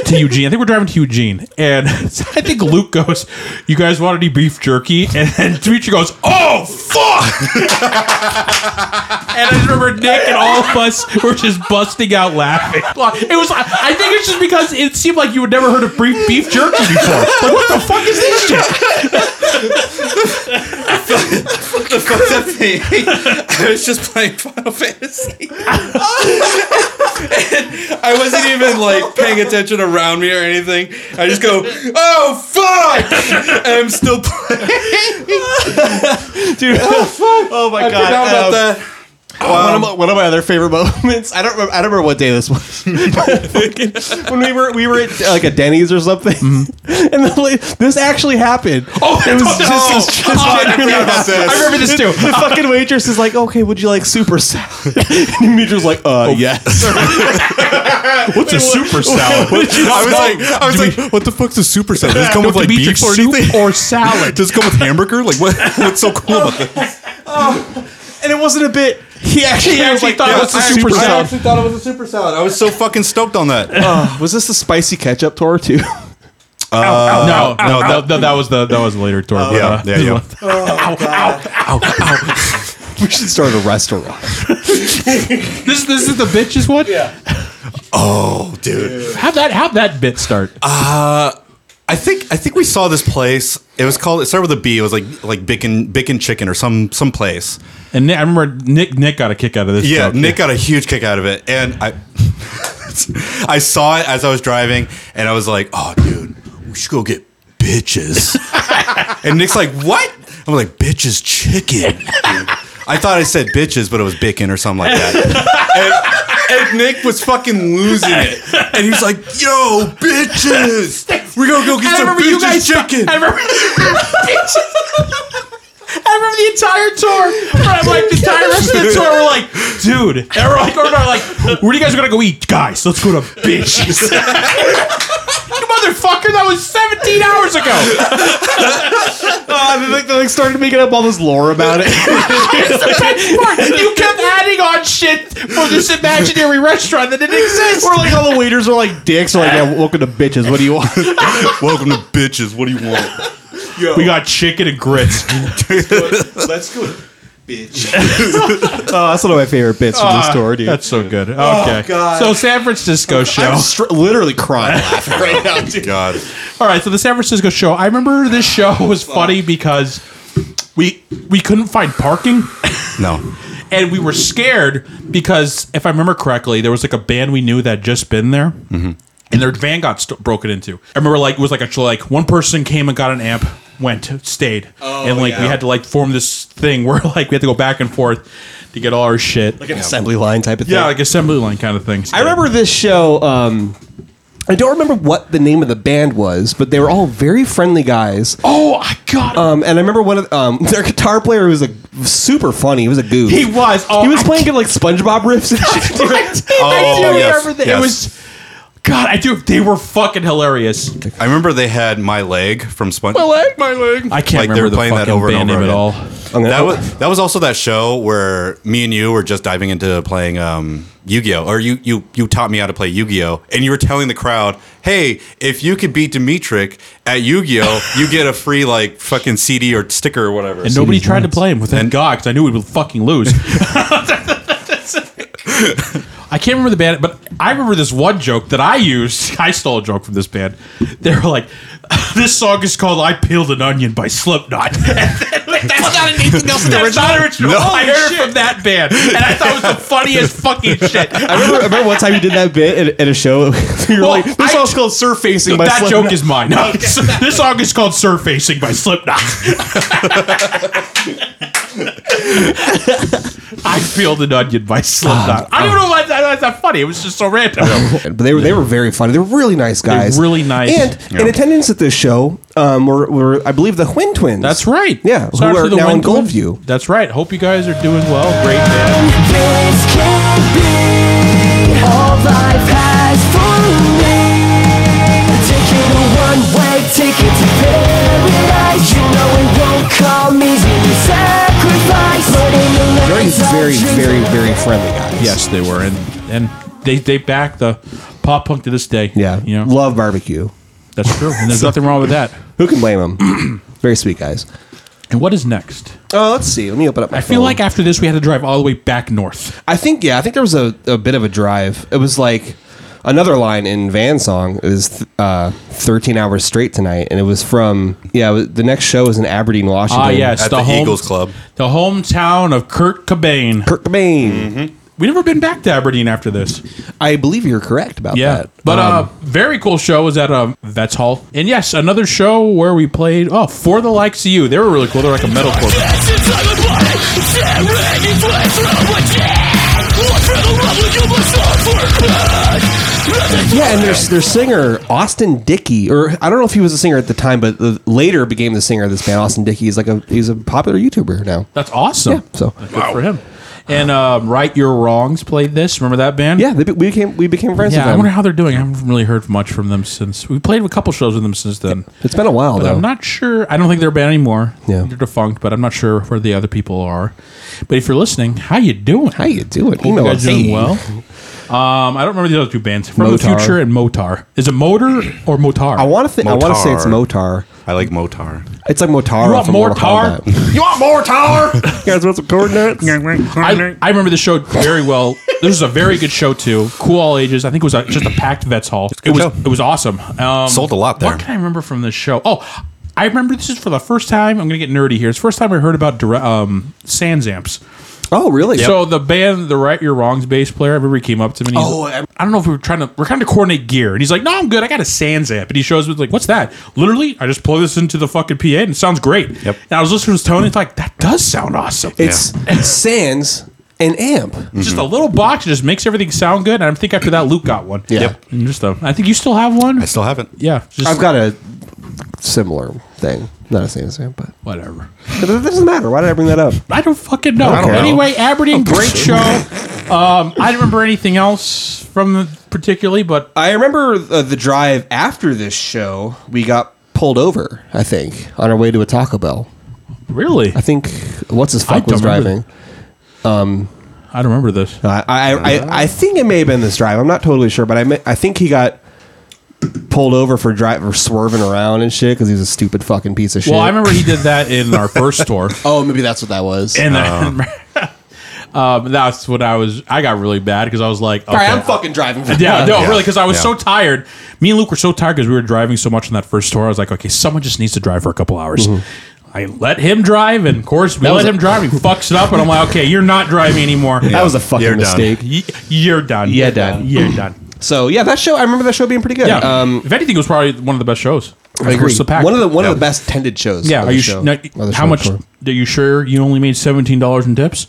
S2: to Eugene. I think we're driving to Eugene, and I think Luke goes, "You guys want any beef jerky?" And then Dimitri goes, "Oh fuck!" and I just remember Nick and all of us were just busting out laughing. Like, It was, I think it's just because it seemed like you had never heard of beef, beef jerky before. Like, what the fuck is this shit?
S3: the fuck that thing. I was just playing Final Fantasy. And I wasn't even like paying attention around me or anything. I just go, oh fuck! And I'm still playing.
S1: Dude, oh, my god!
S3: Forgot about
S1: Um,
S3: that.
S1: one,
S2: Um,
S1: of my, one of my other favorite moments. I don't. Remember, I don't remember what day this was. when we were we were at uh, like a Denny's or something, and the, la- this actually happened.
S2: Mm-hmm. Oh,
S1: it was
S2: oh,
S1: just,
S2: oh,
S1: it was just
S2: oh, I
S1: genuinely
S2: forgot about
S1: happened.
S2: this. I remember this too.
S1: The fucking waitress is like, "Okay, would you like super salad?" And Demetrius was like, "Uh, yes."
S2: What's a super salad?
S3: I was like, I was like, what the fuck's a super salad? Does it come with like
S2: Dimitri,
S3: beef or
S2: soup
S3: anything?
S2: or salad?
S3: Does it come with hamburger? Like what? What's so cool about that?
S1: and it wasn't a bit. He actually,
S2: He
S1: was
S2: actually
S1: like,
S2: thought it
S1: "Yeah,
S2: was a
S1: I-
S2: super
S1: I-
S2: salad.
S3: Oh. thought it was a super salad. I was so fucking stoked on that.
S1: Was this the spicy ketchup tour too?
S2: no, no, that, that, that was the that was later tour. but,
S3: yeah,
S2: uh,
S3: yeah, yeah.
S1: We should start a restaurant.
S2: This this is the bitches one. Yeah.
S3: Oh, dude.
S2: Have that have that bit start.
S3: I think I think we saw this place. It was called. It started with a B. It was like like Bacon Bacon Chicken or some some place.
S2: and Nick, I remember Nick Nick got a kick out of this.
S3: Yeah,
S2: joke.
S3: Nick got a huge kick out of it, and I, I saw it as I was driving, and I was like, "Oh, dude, we should go get bitches." and Nick's like, "What?" I'm like, "Bitches chicken." I thought I said bitches, but it was bacon or something like that. And, and Nick was fucking losing it, and he was like, "Yo, bitches, we're gonna go get
S2: I
S3: some
S2: remember you
S3: bitches
S2: guys.
S3: chicken."
S2: I remember, I remember the entire tour. Where I'm like the entire rest of the tour. We're like, dude. And we're like, we're like, where do you guys gonna go eat, guys? Let's go to bitches. You Motherfucker, that was 17 hours ago.
S1: Uh, they, like, they like started making up all this lore about it.
S2: You kept adding on shit for this imaginary restaurant that didn't exist.
S1: Or like all the waiters are like dicks. Or like, yeah, welcome to bitches. What do you want?
S3: Welcome to bitches. What do you want?
S2: We got chicken and grits.
S1: Let's go, bitch. oh, that's one of my favorite bits from this tour, dude.
S2: Uh, That's so good. Okay. So San Francisco show.
S1: I'm str- literally crying laughing right now, dude.
S3: God,
S2: All right, so the San Francisco show. I remember this show was funny because we we couldn't find parking
S3: no.
S2: and we were scared because if I remember correctly, there was like a band we knew that had just been there. And their van got st- broken into. I remember, like, it was like actually like one person came and got an amp, went, stayed, and like we had to like form this thing where like we had to go back and forth to get all our shit.
S1: Like an assembly line type of thing.
S2: yeah, like assembly line kind of thing.
S1: I remember this show. Um, I don't remember what the name of the band was, but they were all very friendly guys.
S2: Oh, I got.
S1: Um, and I remember one of um, their guitar player was a super funny. He was a goof.
S2: he was. Oh,
S1: he was
S2: I Oh.
S1: playing good, like SpongeBob riffs and shit.
S2: I do
S3: yes,
S2: remember that.
S3: yes.
S2: It was. God, I do. They were fucking hilarious.
S3: I remember they had my leg from SpongeBob.
S1: my leg.
S2: I
S3: Like,
S2: can't
S3: they
S2: remember
S3: were
S2: the
S3: playing that
S2: fucking
S3: over and
S2: band
S3: over
S2: name at all.
S3: again. That was that was also that show where me and you were just diving into playing um, Yu-Gi-Oh, or you you you taught me how to play Yu-Gi-Oh, and you were telling the crowd, "Hey, if you could beat Dimitrik at Yu-Gi-Oh, you get a free like fucking CD or sticker or whatever."
S2: And nobody tried to play him with that
S3: And-
S2: guy because I knew we would fucking lose. I can't remember the band, but I remember this one joke that I used. I stole a joke from this band. They were like, "This song is called "I Peeled an Onion" by Slipknot." That's not anything else. That's not original. I heard it from that band, and I thought it was the funniest fucking shit.
S1: I remember, I remember one time you did that bit at, at a show. you were
S2: Well,
S1: like, "This
S2: I-
S1: song's called surfacing." by
S2: that
S1: Slipknot."
S2: joke is mine. this song is called Surfacing by Slipknot. I peeled an onion by Slipknot. I don't even know why that, that's that funny. It was just so random.
S1: but they were they were very funny. They were really nice guys.
S2: really nice.
S1: And in
S3: Yeah.
S1: attendance at this show um, were, were I believe the Huyn twins.
S2: That's right.
S1: Yeah,
S2: Sorry
S1: who
S2: for
S1: are
S2: the
S1: now in
S2: wind.
S1: Goldview.
S2: That's right. Hope you guys are doing well. Great day.
S4: This can't be all life has for me. Taking a one-way ticket to paradise. You know it won't come easy. You sacrifice. Burning the
S1: Very
S4: limits of
S1: very
S4: dreams
S1: very
S4: and
S1: very friendly guys.
S2: Yes, they were, and and they they back the pop punk to this day.
S1: Yeah.
S2: you know
S1: Love barbecue.
S2: that's true, and there's nothing wrong with that.
S1: Who can blame them? very sweet guys.
S2: And what is next?
S1: Oh, let's see. Let me open up. My
S2: I feel like after this we had to drive all the way back north.
S1: I think yeah. I think there was a, a bit of a drive. It was like another line in Van Song is uh, thirteen hours straight tonight, and it was from yeah. it was- The next show was in Aberdeen, Washington.
S2: Ah, yes,
S3: At the Eagles Club.
S2: the hometown of Kurt Cobain.
S1: Kurt Cobain.
S2: We never been back to Aberdeen after this.
S1: I believe you're correct about
S2: Yeah,
S1: that.
S2: but
S1: Um,
S2: uh, very cool show was at um, Vets Hall, and yes, another show where we played oh for the likes of you. They were really cool. They're like a metal corps.
S1: yeah, and their their singer Austin Dickey, or I don't know if he was a singer at the time, but the, later became the singer of this band. Austin Dickey is like a he's a popular YouTuber now.
S2: That's awesome.
S1: So
S2: Good for him. And um, Right Your Wrongs played this. Remember that band?
S1: Yeah, they, be- we became we became friends
S2: Yeah, I
S1: with
S2: wonder
S1: them.
S2: how they're doing. I haven't really heard much from them since we played a couple shows with them since then.
S1: It's been a while
S2: But
S1: though.
S2: I'm not sure. I don't think they're a band anymore.
S1: Yeah.
S2: they're defunct, but I'm not sure where the other people are. But if you're listening, how you doing?
S1: how you doing?
S2: You
S1: Email
S2: guys
S1: us.
S2: doing
S1: Hey.
S2: well? Um, I don't remember the other two bands. From the
S1: Motar.
S2: Future and Motar. Is it Motor or Motar?
S1: I want to think. I want to say it's Motar.
S3: I like Motar.
S1: It's like Motar.
S2: You want
S1: from Mortal
S2: Mortar?
S1: Kombat.
S3: You want Motar?
S1: you guys want some coordinates?
S2: I, I remember the show very well. This was a very good show too. Cool all ages. I think it was a, just a packed vets hall. It
S3: good
S2: was
S3: show.
S2: it was awesome. Um,
S3: Sold a lot there.
S2: What can I remember from this show? Oh, I remember this is for the first time. I'm gonna get nerdy here. It's the first time I heard about dire- um, Sans amps.
S1: oh, really?
S2: So the band, the Right Your Wrongs bass player, everybody came up to me. And he's, oh, I don't know if we were trying to we're trying to coordinate gear, and he's like, "No, I'm good. I got a Sans amp." And he shows me like, "What's that?" Literally, I just plug this into the fucking PA, and it sounds great.
S3: Yep.
S2: And I was listening to his tone, and it's like that does sound awesome.
S1: it's Sans and Amp.
S2: It's just a little box that just makes everything sound good. And I think after that, Luke got one.
S1: Yeah. Yep.
S2: And just a, I think you still have one.
S3: I still haven't.
S2: yeah. Just
S1: I've got a similar thing. Not a Sans Amp, but
S2: whatever.
S1: it doesn't matter. Why did I bring that up?
S2: I don't fucking know.
S3: don't know.
S2: Anyway, Aberdeen, great show. Um, I don't remember anything else from the particularly, but
S1: I remember uh, the drive after this show. We got pulled over. I think on our way to a Taco Bell.
S2: really,
S1: I think what's his
S2: I
S1: fuck
S2: don't
S1: was
S2: remember.
S1: driving.
S2: I don't remember this.
S1: I, I, I, I think it may have been this drive. I'm not totally sure, but I may, I think he got pulled over for drive for swerving around and shit because he was a stupid fucking piece of shit.
S2: Well, I remember he did that in our first tour,
S1: Oh, maybe that's what that was.
S2: and I remember- um, that's what I was. I got really bad because I was like,
S1: All right, I'm
S2: okay.
S1: fucking driving. For
S2: Yeah, no,
S3: Yeah.
S2: really, because I was
S3: Yeah.
S2: so tired. Me and Luke were so tired because we were driving so much in that first tour. I was like, okay, someone just needs to drive for a couple hours.
S1: Mm-hmm.
S2: I let him drive, and of course, we
S1: That was
S2: let
S1: a-
S2: him drive. He fucks it up, and I'm like, okay, you're not driving anymore.
S1: that was a fucking
S3: You're done.
S1: mistake.
S2: Y- You're done.
S1: Yeah, done.
S2: You're done.
S1: So yeah, that show. I remember that show being pretty good.
S2: Yeah.
S1: Um,
S2: if anything, it was probably one of the best shows.
S1: I agree.
S2: Versus the pack.
S1: One of the one
S3: Yeah.
S1: of the best tended shows.
S2: Yeah.
S1: of
S2: Are
S1: the
S2: you
S1: show-
S2: sh- now,
S1: of the
S2: how
S1: show
S2: much?
S1: tour.
S2: Are you sure you only made seventeen dollars in tips?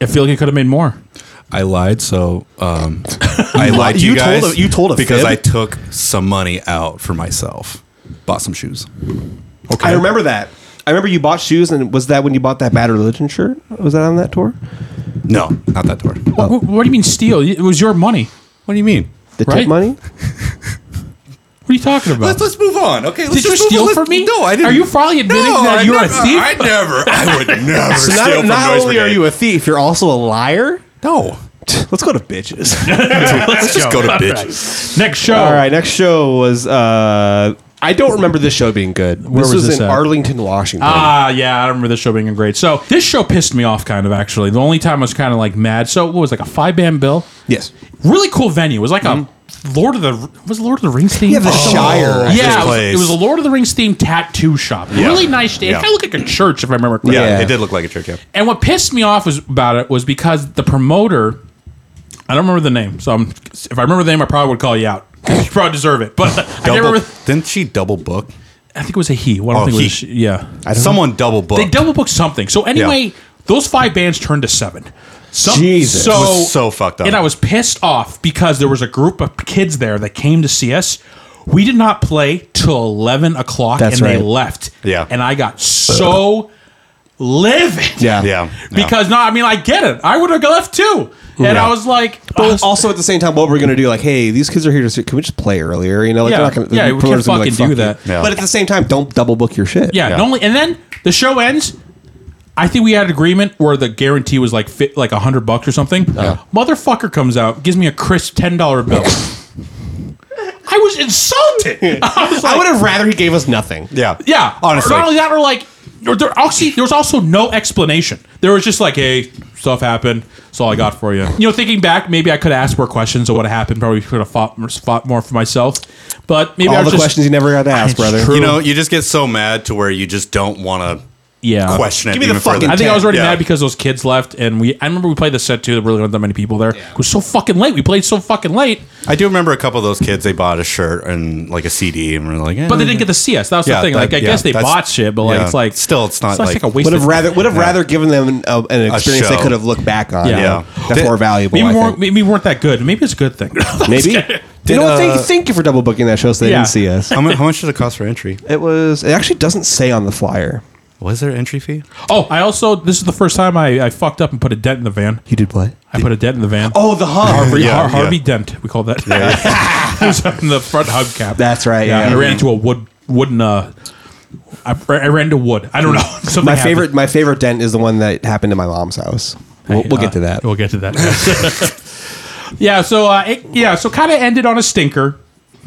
S2: I feel like you could have made more.
S3: I lied, so um, I lied to
S1: you
S3: you,
S1: told
S3: guys.
S1: a- you told a
S3: because
S1: fib?
S3: I took some money out for myself. Bought some shoes.
S1: I remember that. I remember you bought shoes, and was that when you bought that Bad Religion shirt? Was that on that tour?
S3: No, not that door.
S2: Wh- wh-
S1: Oh.
S2: What, do you mean steal? It was your money.
S3: What do you mean?
S1: The
S2: Right.
S1: tip money?
S2: What are you talking about?
S3: Let's let's move on. Okay, let's
S2: Did you
S3: just move
S2: steal
S3: on.
S2: from me?
S3: No, I didn't.
S2: Are you probably admitting that
S3: I
S2: you're a
S3: never-
S2: thief?
S3: I never. I would never steal from Noise Brigade.
S1: a thief, you're also a liar.
S3: No,
S1: Let's go to bitches.
S3: let's just go to bitches.
S2: Next show.
S1: All right, next show was. uh I don't remember this show being good.
S2: Where
S1: this
S2: was
S1: was,
S2: this
S1: in
S2: at?
S1: Arlington, Washington.
S2: Ah, yeah, I remember this show being great. So this show pissed me off, kind of actually. The only time I was kind of like mad. So what was it, like a five band bill?
S1: yes. Mm-hmm.
S2: Really cool venue. It was like a Lord of the was it Lord of the Rings theme.
S1: Yeah, the Shire.
S3: this
S2: Yeah, it was,
S3: place.
S2: it was a Lord of the Rings themed tattoo shop. Really nice. It
S3: Yeah.
S2: kind of looked like a church, if I remember correctly.
S1: Yeah.
S3: It did look like a trick. Yeah.
S2: And what pissed me off was about it was because the promoter, I don't remember the name. So I'm, if I remember the name, I probably would call you out. You probably deserve it. But I can't
S3: Double,
S2: remember.
S3: didn't she double book?
S2: I think it was a he. Well, I don't
S3: Oh,
S2: think it
S3: he.
S2: was. she- Yeah,
S3: Someone double booked.
S2: they double booked something. So anyway, those five bands turned to seven. Some,
S1: Jesus.
S2: so
S3: It was so fucked up.
S2: and I was pissed off because there was a group of kids there that came to see us. We did not play till eleven o'clock,
S1: That's
S2: and
S1: right.
S2: they left.
S3: Yeah.
S2: and I got so livid.
S1: Yeah.
S3: yeah. yeah.
S2: because no, I mean I get it. I would have left too, and
S1: Yeah.
S2: I was like,
S1: But
S2: "Oh,
S1: also at the same time, what we're gonna do? Like, hey, these kids are here to see. Can we just play earlier? You know, like
S2: Yeah.
S1: they're not gonna, the
S2: Yeah, we
S1: promoter's
S2: can't
S1: gonna be
S2: fucking do
S1: "Fuck you."
S2: that. Yeah.
S1: But at the same time, don't double book your shit.
S2: Yeah,
S3: Yeah.
S2: Only, and then the show ends. I think we had an agreement where the guarantee was like fit, like a hundred bucks or something. Motherfucker comes out, gives me a crisp ten dollar bill. I was insulted. I was
S1: I
S2: like,
S1: would have rather he gave us nothing.
S3: yeah.
S2: yeah,
S3: Honestly.
S2: Not only that, or like, or there, I'll see, there was also no explanation. There was just like, hey, stuff happened. That's all I got for you. You know, thinking back, maybe I could ask more questions of what happened. Probably could have fought, fought more for myself. But maybe I
S1: All
S2: was
S1: the
S2: just-
S1: questions you never got to ask,
S2: It's
S1: brother.
S2: true.
S3: You know, you just get so mad to where you just don't want to
S2: Yeah.
S3: question it.
S1: Give me the
S3: even further.
S1: fucking
S2: I think I was already
S3: Yeah.
S2: mad because those kids left, and we. I remember we played the set too. There really weren't that many people there. It was so fucking late. We played so fucking late,
S3: I do remember a couple of those kids. They bought a shirt and like a CD, and were like, eh.
S2: but they didn't get to see us. That was
S3: Yeah,
S2: the thing. Like
S3: that-
S2: I
S3: yeah,
S2: guess they
S3: that's-
S2: bought shit, but like
S3: yeah.
S2: it's like
S3: Still, it's not
S2: it's
S3: like-
S2: like, a waste.
S1: Would
S2: of
S1: have rather would have rather given them a, an experience they
S3: show.
S1: could have looked back on.
S2: Yeah.
S3: Yeah.
S1: that's
S3: Did-
S1: more valuable.
S2: Maybe
S1: I
S2: we
S1: think.
S2: weren't. Maybe we weren't that good. Maybe it's a good thing.
S1: Maybe. you
S3: uh,
S1: know, what? thank, thank you for double booking that show so they
S2: Yeah.
S1: didn't see us.
S3: how, much, how much did it cost for entry?
S1: It was. It actually doesn't say on the flyer.
S3: Was there entry fee?
S2: Oh, I also this is the first time I, I fucked up and put a dent in the van.
S1: You did what?
S2: I put a dent in the van.
S1: Oh, the hub.
S2: Harvey,
S3: yeah,
S2: Har- Harvey
S3: yeah.
S2: Dent, we call that. It was on the front hubcap.
S1: That's right, yeah.
S2: I ran into a wood wooden. Uh, I, I ran into wood. I don't know. Something
S1: My
S2: happened.
S1: favorite, my favorite dent is the one that happened in my mom's house. We'll, we'll get to that.
S2: Uh, We'll get to that. yeah. So uh, it, yeah. So kind of ended on a stinker.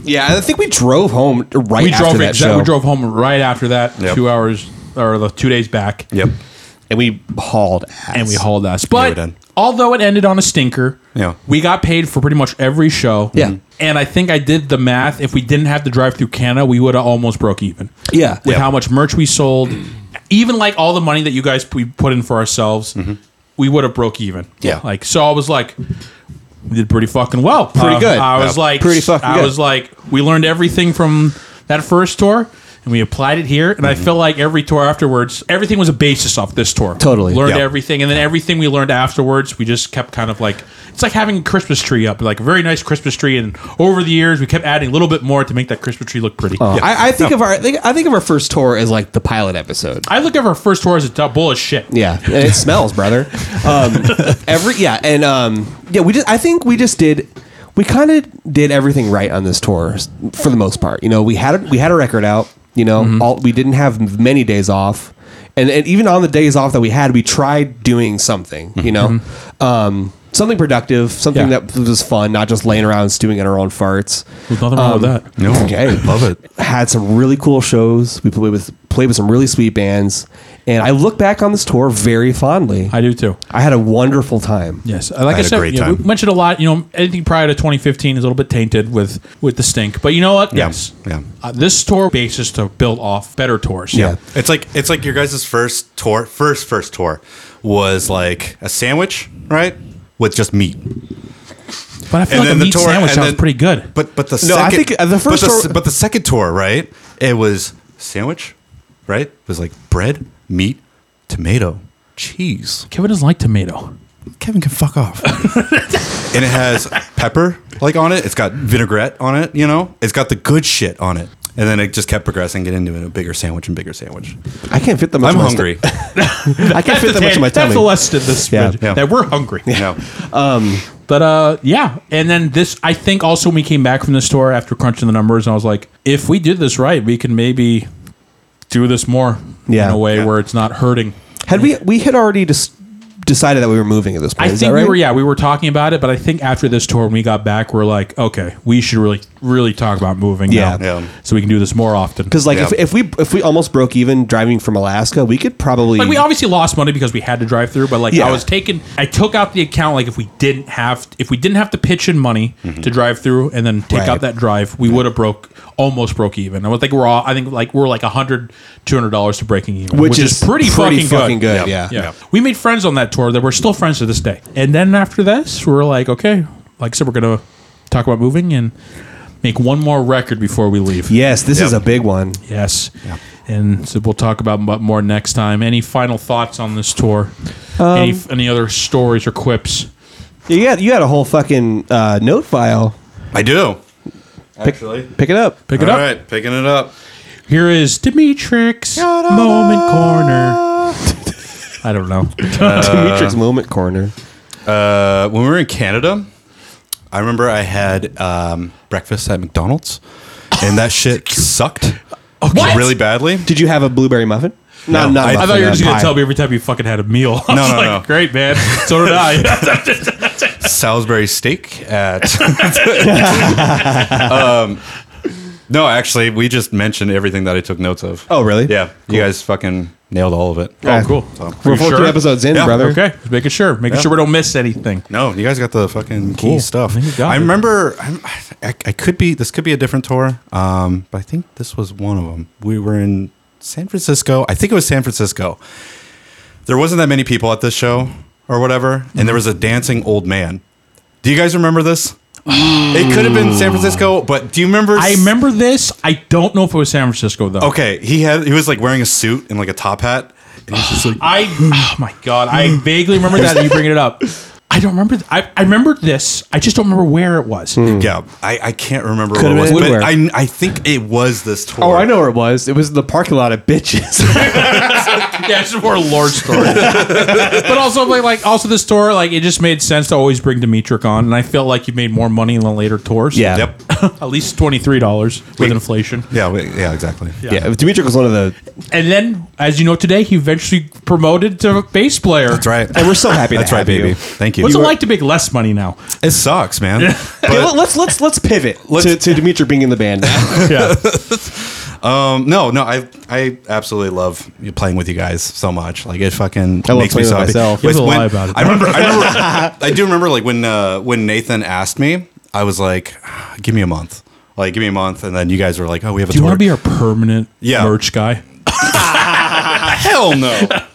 S1: Yeah, I think we drove home right
S2: we
S1: after
S2: drove
S1: that
S2: exa-
S1: show,
S2: We drove home right after that.
S3: Yep.
S2: Two hours or the two days back.
S3: Yep.
S1: and we hauled ass.
S2: And we hauled us.
S3: we're
S2: But
S3: done.
S2: although it ended on a stinker,
S3: Yeah.
S2: we got paid for pretty much every show. Mm-hmm.
S1: Yeah. Mhm.
S2: And I think I did the math. If we didn't have the drive through Canada, we would have almost broke even.
S1: Yeah.
S2: With
S1: Yeah.
S2: how much merch we sold, even like all the money that you guys we put in for ourselves, we would have broke even.
S1: Mm-hmm. Yeah.
S2: Like so I was like we did pretty fucking well. Uh,
S1: Pretty good.
S2: I was
S1: Yeah.
S2: like
S1: Pretty fucking
S2: I
S1: good.
S2: was like we learned everything from that first tour and we applied it here and
S1: Mm-hmm.
S2: I feel like every tour afterwards everything was a basis off this tour.
S1: Totally.
S2: Learned
S3: Yeah.
S2: everything and then everything we learned afterwards we just kept kind of like it's like having a Christmas tree up like a very nice Christmas tree and over the years we kept adding a little bit more to make that Christmas tree look pretty.
S1: Uh, I, I think of our, I think, I think of our first tour as like the pilot episode.
S2: I look at our first tour as a double as shit.
S1: Yeah, and it smells, brother. Um, every yeah, and um, yeah, we just I think we just did we kind of did everything right on this tour s- for the most part. You know, we had a, we had a record out. You know,
S2: Mm-hmm.
S1: all, we didn't have many days off, and and even on the days off that we had, we tried doing something. You know, um, something productive, something
S2: Mm-hmm. Yeah.
S1: that was fun, not just laying around stewing in our own farts. Um,
S2: There's nothing wrong with that.
S3: No.
S1: Okay.
S3: Love it.
S1: Had some really cool shows. We played with played with some really sweet bands, and I look back on this tour very fondly.
S2: I do too.
S1: I had a wonderful time.
S2: Yes, Uh, like I,
S3: I had a
S2: said,
S3: great
S2: you know,
S3: time.
S2: we mentioned a lot. You know, anything prior to 2015 is a little bit tainted with with the stink. But you know what?
S3: Yeah.
S2: Yes,
S3: Yeah.
S2: Uh, this tour basis to build off better tours.
S1: Yeah.
S3: It's like it's like your guys' first tour, first first tour was like a sandwich, right? With just meat.
S2: but I feel like a meat
S3: and
S2: sandwich sounds
S3: then-
S2: pretty good.
S3: But but the
S1: No, I
S3: second,
S1: think, uh, the first
S3: but the,
S1: tour-
S3: but the second tour, right? It was sandwich, right? It was like bread, meat, tomato, cheese.
S2: Kevin doesn't like tomato.
S3: Kevin can fuck off. and it has pepper like on it. It's got vinaigrette on it. You know, it's got the good shit on it. And then it just kept progressing, get into a bigger sandwich and bigger sandwich.
S1: I can't fit that much.
S3: I'm
S1: in my
S3: hungry.
S1: stomach. I can't fit that much in my
S2: That's the
S1: tummy.
S2: lesson of this
S1: Yeah.
S2: bridge,
S3: Yeah.
S2: that we're hungry.
S3: you know,
S2: But uh, yeah, and then this, I think also when we came back from this tour after crunching the numbers, and I was like, if we did this right, we can maybe do this more
S1: Yeah.
S2: in a way
S3: Yeah.
S2: where it's not hurting.
S1: Had we we had already just decided that we were moving at this point.
S2: I
S1: is
S2: think
S1: that right?
S2: we were yeah we were talking about it, but I think after this tour when we got back, we're like, okay, we should really really talk about moving.
S1: Yeah.
S2: now,
S3: Yeah.
S2: so we can do this more often.
S1: Because like
S3: Yeah.
S1: if, if we if we almost broke even driving from Alaska, we could probably
S2: Like we obviously lost money because we had to drive through, but like
S1: Yeah.
S2: I was taking, I took out the account. Like if we didn't have, if we didn't have to pitch in money to drive through and then take
S1: Mm-hmm. Right.
S2: out that drive, we would have broke almost broke even. I would think we're all, I think like we're like a hundred, two hundred dollars to breaking even,
S1: Which is pretty fucking good, yeah.
S2: Yeah. yeah, We made friends on that tour that we're still friends to this day. And then after this, we're like, okay, like I said, we're gonna talk about moving and make one more record before we leave.
S1: yes, this
S3: Yeah.
S1: is a big one.
S2: Yes. And so we'll talk about mu- more next time. Any final thoughts on this tour? any, any other stories or quips?
S1: You got you had a whole fucking uh, note file.
S3: I do.
S1: Pick,
S3: Actually.
S1: pick it up.
S2: Pick
S3: All
S2: it up.
S3: right, picking it up.
S2: Here is Dimitrix Moment Corner. I don't know.
S1: Demetrius moment corner.
S3: Uh, when we were in Canada, I remember I had um, breakfast at McDonald's, and that shit sucked
S2: What?
S3: really badly.
S1: Did you have a blueberry muffin? Not, not
S3: I-
S1: muffin,
S2: I thought you were
S1: uh,
S2: just going
S1: pie.
S2: to tell me every time you fucking had a meal. I
S3: No,
S2: was
S3: no,
S2: like,
S3: no.
S2: Great, man. So did I.
S3: Salisbury steak at. um, no, actually, we just mentioned everything that I took notes of.
S1: Oh, really?
S3: Yeah, you guys fucking nailed all of it.
S2: oh, cool.
S3: So-
S1: We're 14
S2: You sure?
S1: episodes in,
S3: Yeah,
S1: brother.
S2: Okay. Just making sure. Making sure we don't miss anything.
S3: No, you guys got the fucking key
S2: Cool. I
S3: stuff.
S2: think you got
S3: I
S2: it.
S3: remember. I'm, I, I could be. This could be a different tour. Um, but I think this was one of them. We were in San Francisco. I think it was San Francisco. There wasn't that many people at this show or whatever, and there was a dancing old man. Do you guys remember this? it could have been San Francisco, but do you remember?
S2: I remember this. I don't know if it was San Francisco, though.
S3: Okay, he had. He was like wearing a suit and like a top hat. And he's just like,
S2: oh I oh my god, I vaguely remember that you bringing it up. I don't remember. th- I, I remember this. I just don't remember where it was.
S3: Yeah, I, I can't remember
S1: Could've
S3: what it
S1: been
S3: was, but
S1: anywhere.
S3: I, I think it was this tour.
S1: Oh, I know where it was. It was in the parking lot of bitches.
S2: Yeah, it's just more lore story. but also, like, like, also this tour, like, it just made sense to always bring Dimitrik on, and I felt like you made more money in the later tours.
S1: Yeah.
S3: Yep.
S2: at least twenty three dollars with
S3: We-
S2: inflation.
S3: Yeah, we, yeah, exactly.
S1: yeah, Dimitri was one of the,
S2: And then, as you know today, he eventually promoted to bass player.
S3: That's right.
S1: and we're so happy. To
S3: That's right,
S1: have you.
S3: baby. Thank you.
S2: What's
S3: You
S2: it
S3: were-
S2: like to make less money now?
S3: It sucks, man.
S1: Okay, let- let's let's let's pivot to, to Dimitri being in the band. now.
S2: Yeah,
S3: Um, no, no, I I absolutely love playing with you guys so much. Like it fucking
S1: I love
S3: makes me
S1: playing
S3: so
S1: with
S3: happy.
S1: myself.
S2: You have
S3: When-
S2: to lie
S3: when-
S2: about it.
S3: I remember, I remember, I do remember like when uh, when Nathan asked me, I was like, "Give me a month." Like, give me a month, and then you guys were like, "Oh, we have a
S2: do you
S3: tour."
S2: want to be our permanent
S3: Yeah.
S2: merch guy?
S3: Hell no.
S1: yeah,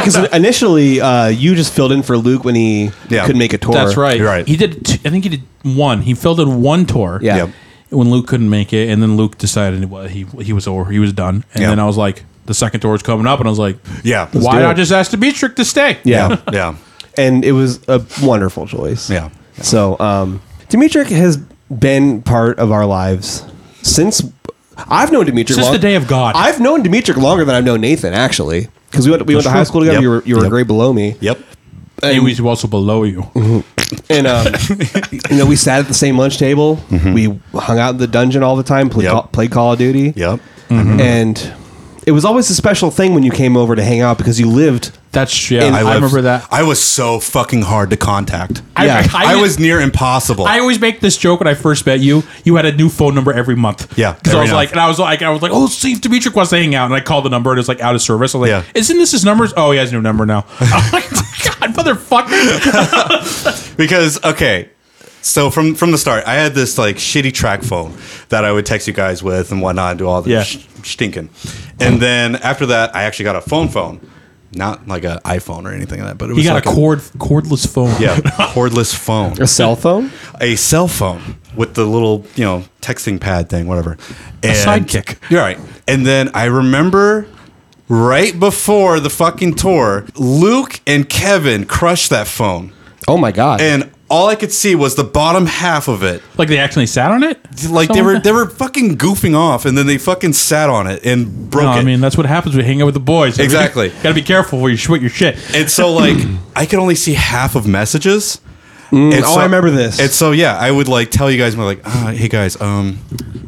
S1: because initially uh, you just filled in for Luke when he
S3: Yeah.
S1: couldn't make a tour.
S2: That's right.
S3: You're right.
S2: He did. Two, I think he did one. He filled in one tour.
S1: Yeah.
S3: Yep.
S2: When Luke couldn't make it, and then Luke decided well, he he was over. He was done. And
S3: Yeah.
S2: then I was like, the second tour is coming up, and I was like,
S3: Yeah. Let's
S2: Why
S1: do
S2: not
S1: it.
S2: just ask Dimitrik to stay?
S1: Yeah.
S3: yeah.
S1: and it was a wonderful choice.
S3: Yeah.
S1: So, um, Dimitri has been part of our lives since I've known Dimitri
S2: Since
S1: long-
S2: the day of God.
S1: I've known Dimitri longer than I've known Nathan actually, because we went we went to
S2: That's
S1: high
S2: true.
S1: school together.
S3: Yep.
S1: You were you were a
S3: Yep.
S1: grade below me.
S3: Yep.
S2: He was also below you.
S1: and um, you know we sat at the same lunch table. We hung out in the dungeon all the time. Played,
S3: Mm-hmm. Yep.
S1: call, played Call of Duty.
S3: Yep.
S1: Mm-hmm.
S3: Mm-hmm.
S1: and it was always a special thing when you came over to hang out because you lived.
S2: That's yeah.
S1: And
S2: I,
S1: I
S3: was-
S2: remember that.
S3: I was so fucking hard to contact.
S1: Yeah.
S3: I, was near impossible.
S2: I always make this joke when I first met you. You had a new phone number every month.
S3: Yeah,
S2: because I
S3: every
S2: was
S3: month.
S2: like, and I was like, I was like, oh, see if Dimitri wants to hang out, and I called the number and it was like out of service. I was like,
S3: Yeah.
S2: isn't this his number? Oh, he has a new number now. I'm like, God, motherfucker.
S3: because okay so from from the start i had this like shitty track phone that i would text you guys with and whatnot and do all the
S2: Yeah.
S3: sh- stinking and then after that i actually got a phone phone not like an iphone or anything like that but it was
S2: He got
S3: like
S2: a cord cordless phone.
S3: yeah cordless phone
S1: A cell phone?
S3: a cell phone with the little you know texting pad thing whatever and
S2: sidekick.
S3: you're right and then i remember right before the fucking tour luke and kevin crushed that phone
S1: Oh my god!
S3: and all I could see was the bottom half of it.
S2: like they actually sat on it.
S3: Like they
S2: Something
S3: were
S2: that?
S3: they were fucking goofing off, and then they fucking sat on it and broke
S2: No,
S3: it.
S2: I mean that's what happens. We hang out with the boys.
S3: Exactly.
S2: Got to be careful where you sh- with your shit.
S3: and so like I could only see half of messages. and
S1: oh, I remember this.
S3: And so yeah, I would like tell you guys, I'm like, ah, hey guys, um,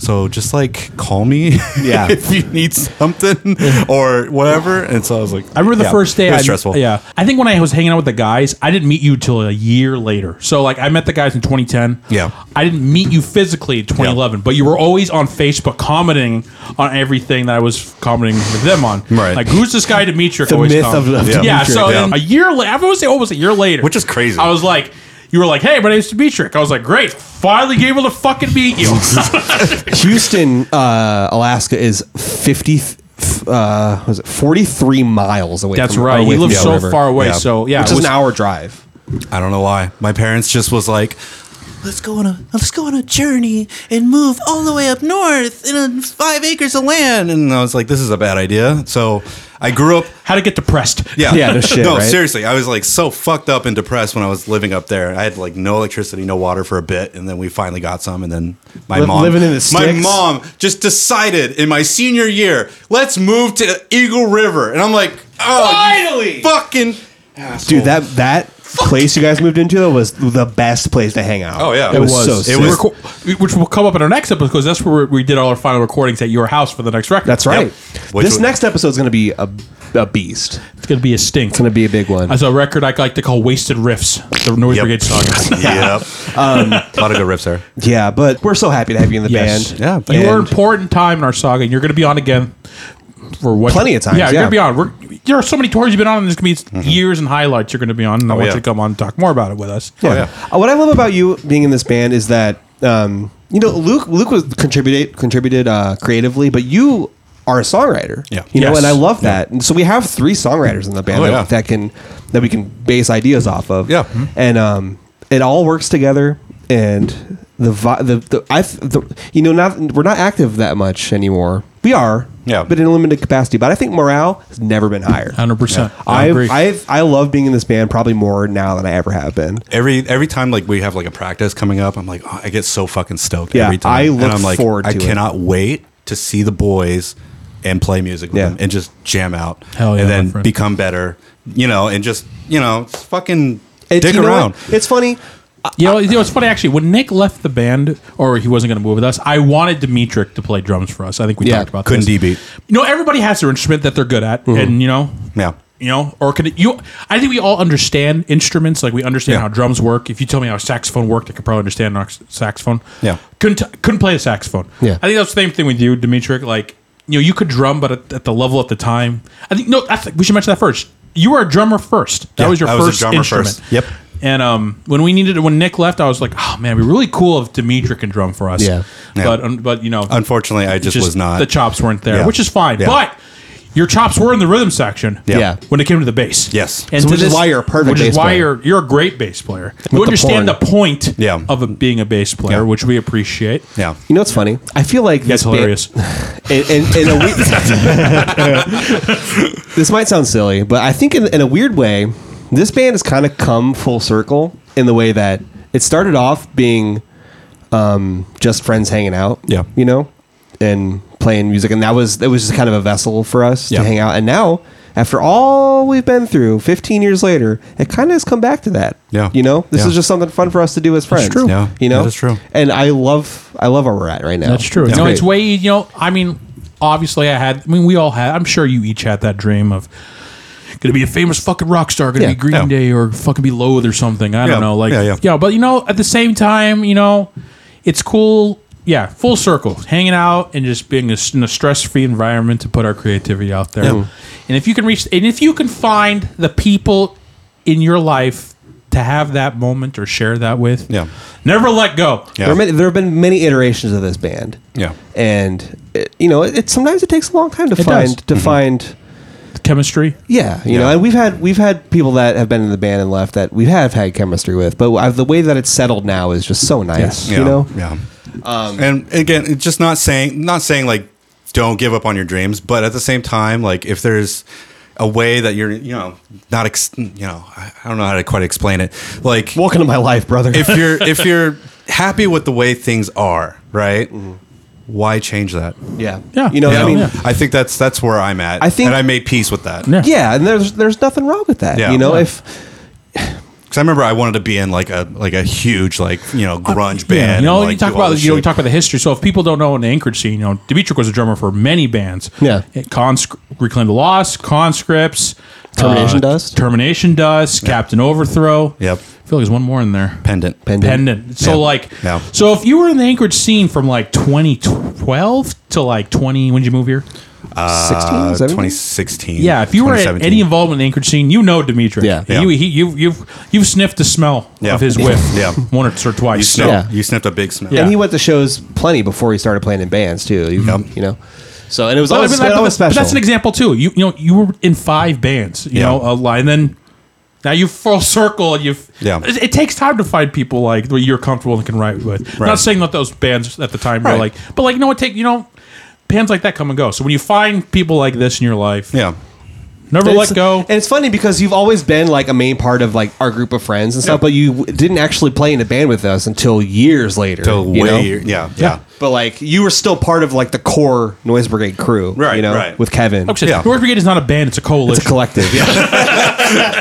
S3: so just like call me,
S1: Yeah.
S3: if you need something or whatever. And so I was like,
S2: I remember the first day.
S3: it was
S2: I,
S3: stressful.
S2: Yeah, I think when I was hanging out with the guys, I didn't meet you till a year later. So like, I met the guys in 2010.
S3: Yeah.
S2: I didn't meet you physically in 2011, but you were always on Facebook commenting on everything that I was commenting with them on.
S3: Right.
S2: Like, who's this guy Dimitri?
S1: the myth of, of
S3: Yeah.
S1: Dimitri.
S2: yeah. So
S3: Yeah.
S2: then a year later, I would say almost a year later,
S3: Which is crazy.
S2: I was like. You were like, "Hey, my name's Dimitri." I was like, "Great, finally able to fucking meet you."
S1: Houston, uh, Alaska is 50, f- uh, was it 43 miles away
S2: That's
S1: from
S2: right.
S1: away
S2: He
S1: from
S2: lives
S1: the
S2: so
S1: river.
S2: far away.
S3: Yeah.
S2: So yeah,
S1: Which
S2: it
S1: is
S2: was-
S1: an hour drive.
S3: I don't know why my parents just was like,
S6: let's go on a let's go on a journey and move all the way up north in a five acres of land.
S3: and, and I was like, this is a bad idea. So I grew up.
S2: how to get depressed.
S3: Yeah.
S1: Yeah, no shit, right?
S3: seriously. I was like so fucked up and depressed when I was living up there. I had like no electricity, no water for a bit, and then we finally got some. And then my
S1: Li-
S3: mom,
S1: living in the
S3: my
S1: sticks?
S3: mom just decided in my senior year, let's move to Eagle River, and I'm like, oh, finally, fucking.
S1: Dude, that that place you guys moved into though was the best place to hang out.
S3: Oh, yeah.
S1: it,
S3: It
S1: was,
S3: was.
S1: so.
S3: It
S1: sick.
S3: was-
S2: Reco- which will come up in our next episode because that's where we did all our final recordings at your house for the next record.
S1: That's right.
S3: Which
S1: This
S3: was-
S1: next episode is going to be a, a beast.
S2: It's gonna be a stink.
S1: It's going to be a big one.
S2: As a record, I like to call "Wasted Riffs," the Noise
S3: Yep.
S2: Brigade song.
S3: yep, Um, a lot of good riffs there.
S1: Yeah, but we're so happy to have you in the
S2: Yes.
S1: band.
S3: Yeah,
S2: you
S1: and-
S2: were an important time in our saga, and you're gonna be on again for what?
S1: Plenty of times,
S2: Yeah,
S1: yeah.
S2: you're gonna be on. We're, there are so many tours you've been on, and there's gonna be years and highlights you're gonna be on. And I want
S3: Mm-hmm. Oh, yeah.
S2: you to come on and talk more about it with us.
S3: Oh,
S1: Yeah. Uh, What I love about you being in this band is that um, you know Luke Luke was contributed contributed uh, creatively, but you are a songwriter.
S3: Yeah.
S1: You know,
S2: Yes.
S1: and I love that. And so we have three songwriters in the band
S3: Oh,
S1: that,
S3: yeah.
S1: that can that we can base ideas off of.
S3: Yeah.
S2: Mm-hmm.
S3: Mhm.
S1: And um, it all works together and the vi- the, the I the, you know not we're not active that much anymore. We are,
S3: Yeah.
S1: but in a limited capacity. But I think morale has never been higher.
S2: Hundred percent. I
S1: I've,
S2: agree.
S1: I've, I love being in this band probably more now than I ever have been.
S3: Every every time like we have like a practice coming up, I'm like oh, I get so fucking stoked
S1: Yeah,
S3: every time.
S1: I look
S3: and I'm like,
S1: forward
S3: I
S1: to it.
S3: cannot wait to see the boys and play music with
S1: Yeah.
S3: them and just jam out
S2: Hell yeah,
S3: and
S2: my
S3: then
S2: friend.
S3: become better, you know, and just you know just fucking
S1: It's,
S3: dick
S1: you know
S3: around.
S1: what? It's funny.
S2: you, know, you know, it's funny actually. When Nick left the band, or he wasn't going to move with us, I wanted Dimitrik to play drums for us. I think we
S1: Yeah,
S2: talked about
S3: couldn't
S2: this.
S3: DB.
S2: You know, everybody has their instrument that they're good at, and you know,
S3: Yeah.
S2: you know, or could it, you? I think we all understand instruments. Like we understand
S3: Yeah.
S2: how drums work. If you tell me how a saxophone worked, I could probably understand a saxophone.
S3: Yeah.
S2: couldn't couldn't play a saxophone.
S1: Yeah.
S2: I think that's the same thing with you, Dimitrik. Like you know, you could drum, but at, at the level at the time, I think no. That's, we should mention that first. You were a drummer first. That
S3: Yeah,
S2: was your
S3: I was a
S2: first
S3: drummer
S2: instrument.
S3: first. Yep.
S2: And um, when we needed when Nick left, I was like, oh man, it'd be really cool if Dimitri can drum for us.
S1: Yeah.
S3: Yeah.
S2: But um, but you know,
S3: Unfortunately, I just, was not.
S2: the chops weren't there,
S3: Yeah.
S2: which is fine.
S3: Yeah.
S2: But your chops were in the rhythm section.
S3: Yeah.
S1: Yeah.
S2: When it came to the bass.
S3: Yes.
S2: And
S1: So
S2: to
S1: which is why you're a perfect
S2: Which is
S1: bass
S2: why
S1: player.
S2: you're you're a great bass player.
S1: the
S2: you understand the,
S1: porn.
S2: point
S3: Yeah.
S2: of a, being a bass player,
S3: Yeah.
S2: which we appreciate.
S3: yeah.
S1: You know what's funny? I feel like
S2: That's
S1: this band-
S2: hilarious.
S1: in, in, in a we- this might sound silly, but I think in, in a weird way, this band has kind of come full circle in the way that it started off being um, just friends hanging out,
S3: Yeah.
S1: you know, and playing music, and that was it was just kind of a vessel for us
S3: Yeah.
S1: to hang out. And now, after all we've been through, 15 years later, it kind of has come back to that.
S3: Yeah.
S1: you know, this
S3: Yeah.
S1: is just something fun for us to do as friends.
S2: true.
S3: Yeah.
S1: you know,
S3: That is true.
S1: And I love I love where we're at right now.
S2: That's true.
S1: It's
S2: no,
S1: great.
S2: it's way you know. I mean, obviously, I had. I mean, we all had. I'm sure you each had that dream of gonna be a famous fucking rock star, gonna
S1: Yeah.
S2: be Green
S3: Yeah.
S2: Day or fucking be Loathe or something. I
S3: Yeah.
S2: don't know. Like,
S3: Yeah,
S2: yeah,
S3: yeah.
S2: But you know, at the same time, you know, it's cool. Yeah, full circle, hanging out and just being a, in a stress-free environment to put our creativity out there. And if you can reach, and if you can find the people in your life to have that moment or share that with,
S3: Yeah.
S2: never let go.
S3: Yeah.
S1: There, are many, there have been many iterations of this band.
S3: Yeah.
S1: And it, you know, it, it sometimes it takes a long time to
S2: It
S1: find
S2: does. Mm-hmm.
S1: to find.
S2: Chemistry.
S1: Yeah, you know,
S3: Yeah.
S1: and we've had we've had people that have been in the band and left that we have had chemistry with, but I, the way that it's settled now is just so nice.
S3: Yeah,
S1: You know,
S3: yeah.
S2: Um,
S3: and again, it's just not saying not saying like don't give up on your dreams, but at the same time, like if there's a way that you're, you know, not, ex- you know, I I don't know how to quite explain it. Like
S1: welcome to my life, brother.
S3: if you're if you're happy with the way things are, right? Why change that?
S1: yeah,
S2: Mm-hmm. Yeah.
S1: you know,
S3: You
S1: I
S3: know?
S1: mean,
S2: Yeah.
S3: I think that's that's where I'm at.
S1: I think-
S3: and I made peace with that.
S2: Yeah.
S1: yeah, and there's there's nothing wrong with that.
S3: Yeah.
S1: You know,
S3: Yeah.
S1: if
S3: Because I remember I wanted to be in like a like a huge like you know grunge band.
S2: Uh, You know,
S3: and, like,
S2: you talk
S3: do all
S2: about
S3: this
S2: you know, we
S3: shit.
S2: talk about the history. So if people don't know in the Anchorage scene, you know, Dimitri was a drummer for many bands.
S1: Yeah.
S2: Cons- Reclaim the Lost, Conscripts, uh,
S1: Termination Dust.
S2: Termination Dust, Captain Overthrow.
S3: Yep.
S2: I feel like there's one more in there.
S3: pendant.
S1: Pendant.
S2: Pendant. So
S3: Yeah.
S2: like,
S3: Yeah.
S2: so if you were in the Anchorage scene from like 2012 to like 20, when did you move here?
S1: 16,
S3: Uh,
S1: 17?
S3: 2016.
S2: Yeah. If you were at
S3: 2017.
S2: any involvement in the Anchorage scene, you know Dimitri.
S1: Yeah.
S3: Yeah.
S2: You, he, you've you've you've sniffed the smell
S3: Yeah.
S2: of his whiff.
S3: Yeah.
S2: Once or twice.
S3: You sniffed,
S1: Yeah.
S3: you sniffed a big sniff.
S2: Yeah.
S1: and he went to shows plenty before he started playing in bands too. You, you know, so and it was
S2: But I
S1: always,
S2: mean, like,
S1: always
S2: but- but
S1: special.
S2: that's an example too. You you know you were in five bands. You
S3: Yeah.
S2: know a line. Then now you full circle. and You've
S3: Yeah.
S2: It, it takes time to find people like where you're comfortable and can write with. I'm
S3: Right.
S2: Not saying that those bands at the time were
S3: Right.
S2: like, but like you know what take you know bands like that come and go. So when you find people like this in your life,
S3: Yeah.
S2: never
S1: And
S2: let
S1: it's-
S2: go.
S1: And it's funny because you've always been like a main part of like our group of friends and stuff, but you w- didn't actually play in a band with us until years later.
S3: Till
S1: you know?
S3: way, yeah, yeah,
S1: But like you were still part of like the core Noise Brigade crew,
S3: Right,
S1: You know,
S3: right.
S1: with Kevin.
S2: Like I said,
S3: yeah.
S2: North Brigade is not a band; it's a coalition.
S1: It's a collective. Yeah.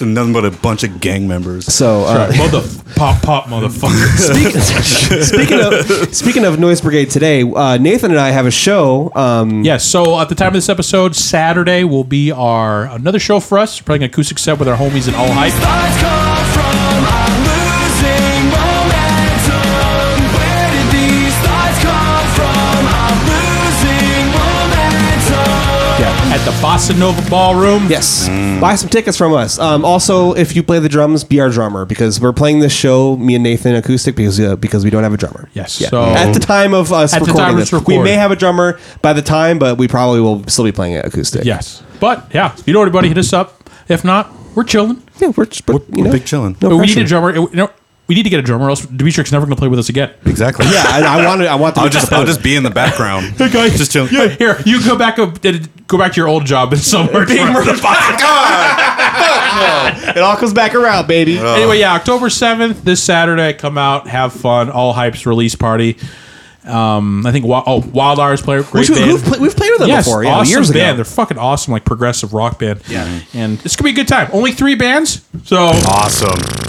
S3: It's nothing but a bunch of gang members.
S1: So uh,
S2: Mother pop pop motherfuckers.
S1: speaking, speaking of speaking of Noise Brigade today, uh, Nathan and I have a show. Um,
S2: Yes. So at the time of this episode, Saturday will be our another show for us, playing an acoustic set with our homies in All Hype.
S4: Stars come from I'm losing momentum. Where did these stars come from? I'm losing momentum.
S2: at the Bossa Nova Ballroom.
S1: Yes.
S3: Mm.
S1: Buy some tickets from us. Um, also, if you play the drums, be our drummer because we're playing this show, me and Nathan, acoustic because uh, because we don't have a drummer.
S2: Yes,
S1: Yeah.
S2: so-
S1: at the time of us
S2: At the
S1: recording,
S2: time
S1: this,
S2: it's
S1: we may
S2: recorded.
S1: have a drummer by the time, but we probably will still be playing it acoustic.
S2: Yes. But yeah, if you know anybody, hit us up. If not, we're chilling.
S1: Yeah, we're just, but,
S3: We're-
S1: you know,
S3: we're big chillin'.
S1: No
S2: but we need
S1: pressure.
S2: a drummer. It- you know, we need to get a drummer, or else Dimitri's never going to play with us again.
S3: Exactly.
S1: Yeah, I, I wanted. I want to.
S3: I'll
S1: be
S3: just
S1: the
S3: I'll just be in the background. hey
S2: guys,
S3: just chill.
S2: Yeah, here you go back up, uh, go back to your old job in somewhere.
S1: pilot. It all comes back around,
S3: Oh,
S1: baby.
S2: anyway, yeah, October seventh, this Saturday, come out, have fun, all hypes release party. Um, I think Wa- oh, Wild Hours player,
S1: Which
S2: great
S1: we,
S2: band.
S1: we've, pla- we've played with them
S2: yes,
S1: before, yeah,
S2: awesome
S1: years ago.
S2: band. They're fucking awesome, like progressive rock band.
S3: Yeah.
S2: and it's gonna be a good time. Only three bands, so
S3: Awesome.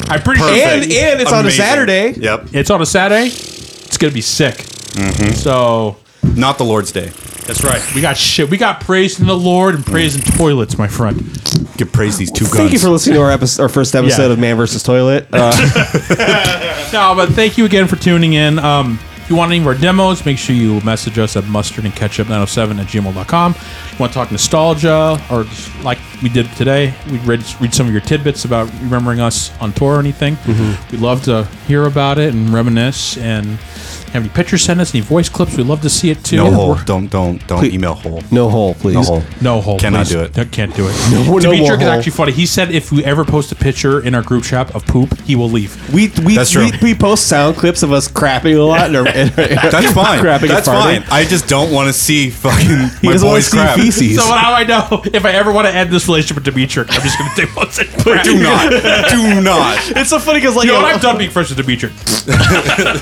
S2: I pretty
S1: and
S3: Perfect.
S1: and it's on a
S3: Amazing.
S1: Saturday.
S3: Yep.
S2: it's on a Saturday. It's gonna be sick.
S1: Mm-hmm.
S2: So
S3: Not the Lord's Day.
S2: that's right. We got shit. We got praise in the Lord and praise in toilets, my friend.
S3: Give praise these two guns.
S1: Thank you for listening to our episode, our first episode
S2: Yeah.
S1: of Man vs. Toilet. Uh,
S2: No, but thank you again for tuning in. Um, if you want any of our demos, make sure you message us at mustard and ketchup 907 at gmail.com. If you want to talk nostalgia or just like we did today, we read, read some of your tidbits about remembering us on tour or anything.
S1: Mm-hmm.
S2: We'd love to hear about it and reminisce and have any pictures sent us, any voice clips. We'd love to see it too.
S3: No
S2: Yeah,
S3: hole.
S2: we're-
S3: Don't don't don't email hole.
S1: no hole, please.
S3: No hole.
S2: No hole.
S3: Cannot
S2: please.
S3: do it.
S2: No, Can't do it.
S1: No- no
S2: Dimitri
S1: more
S2: is
S1: hole.
S2: actually funny. He said if we ever post a picture in our group chat of poop, he will leave.
S1: We we,
S3: That's
S1: we,
S3: true.
S1: we post sound clips of us crapping a lot. And, our- and, our-
S3: That's fine.
S1: Crapping and
S3: That's fine.
S1: farting.
S3: I just don't want to see fucking
S1: he
S3: my
S1: doesn't want
S3: boys
S1: to see
S3: crap.
S1: feces.
S2: So how do I know if I ever want to end this relationship with Dimitri? I'm just going to take one second. But
S3: Do not. Do not.
S1: it's so funny because like
S2: You know what? I'm done being friends with Dimitri.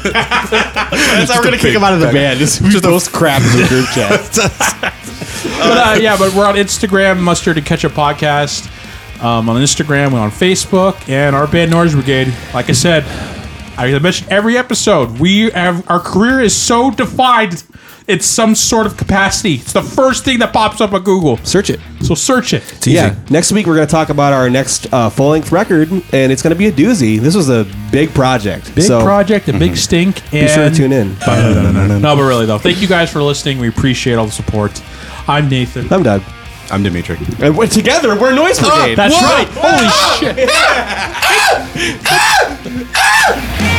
S1: that's how we're gonna
S3: big
S1: kick him out of the
S3: bag.
S1: band. Just, we post crap in the group chat.
S2: But, uh, yeah, but we're on Instagram, Mustard and Ketchup Podcast. Um, on Instagram, we're on Facebook, and our band Noise Brigade. Like I said, I mentioned every episode. We have our career is so defined. It's some sort of capacity. It's the first thing that pops up on Google.
S1: Search it.
S2: So search it.
S1: Yeah. Next week we're gonna talk about our next uh, full length record, and it's gonna be a doozy. This was a big project.
S2: Big
S1: so mm-hmm.
S2: project, a big stink.
S1: Be
S2: And
S1: sure to tune in.
S2: No, but really though, thank you guys for listening. We appreciate all the support. I'm Nathan.
S1: I'm Doug.
S3: I'm Dimitri.
S1: And we're together. We're Noise
S2: Oh,
S1: Brigade.
S2: That's right. Holy shit.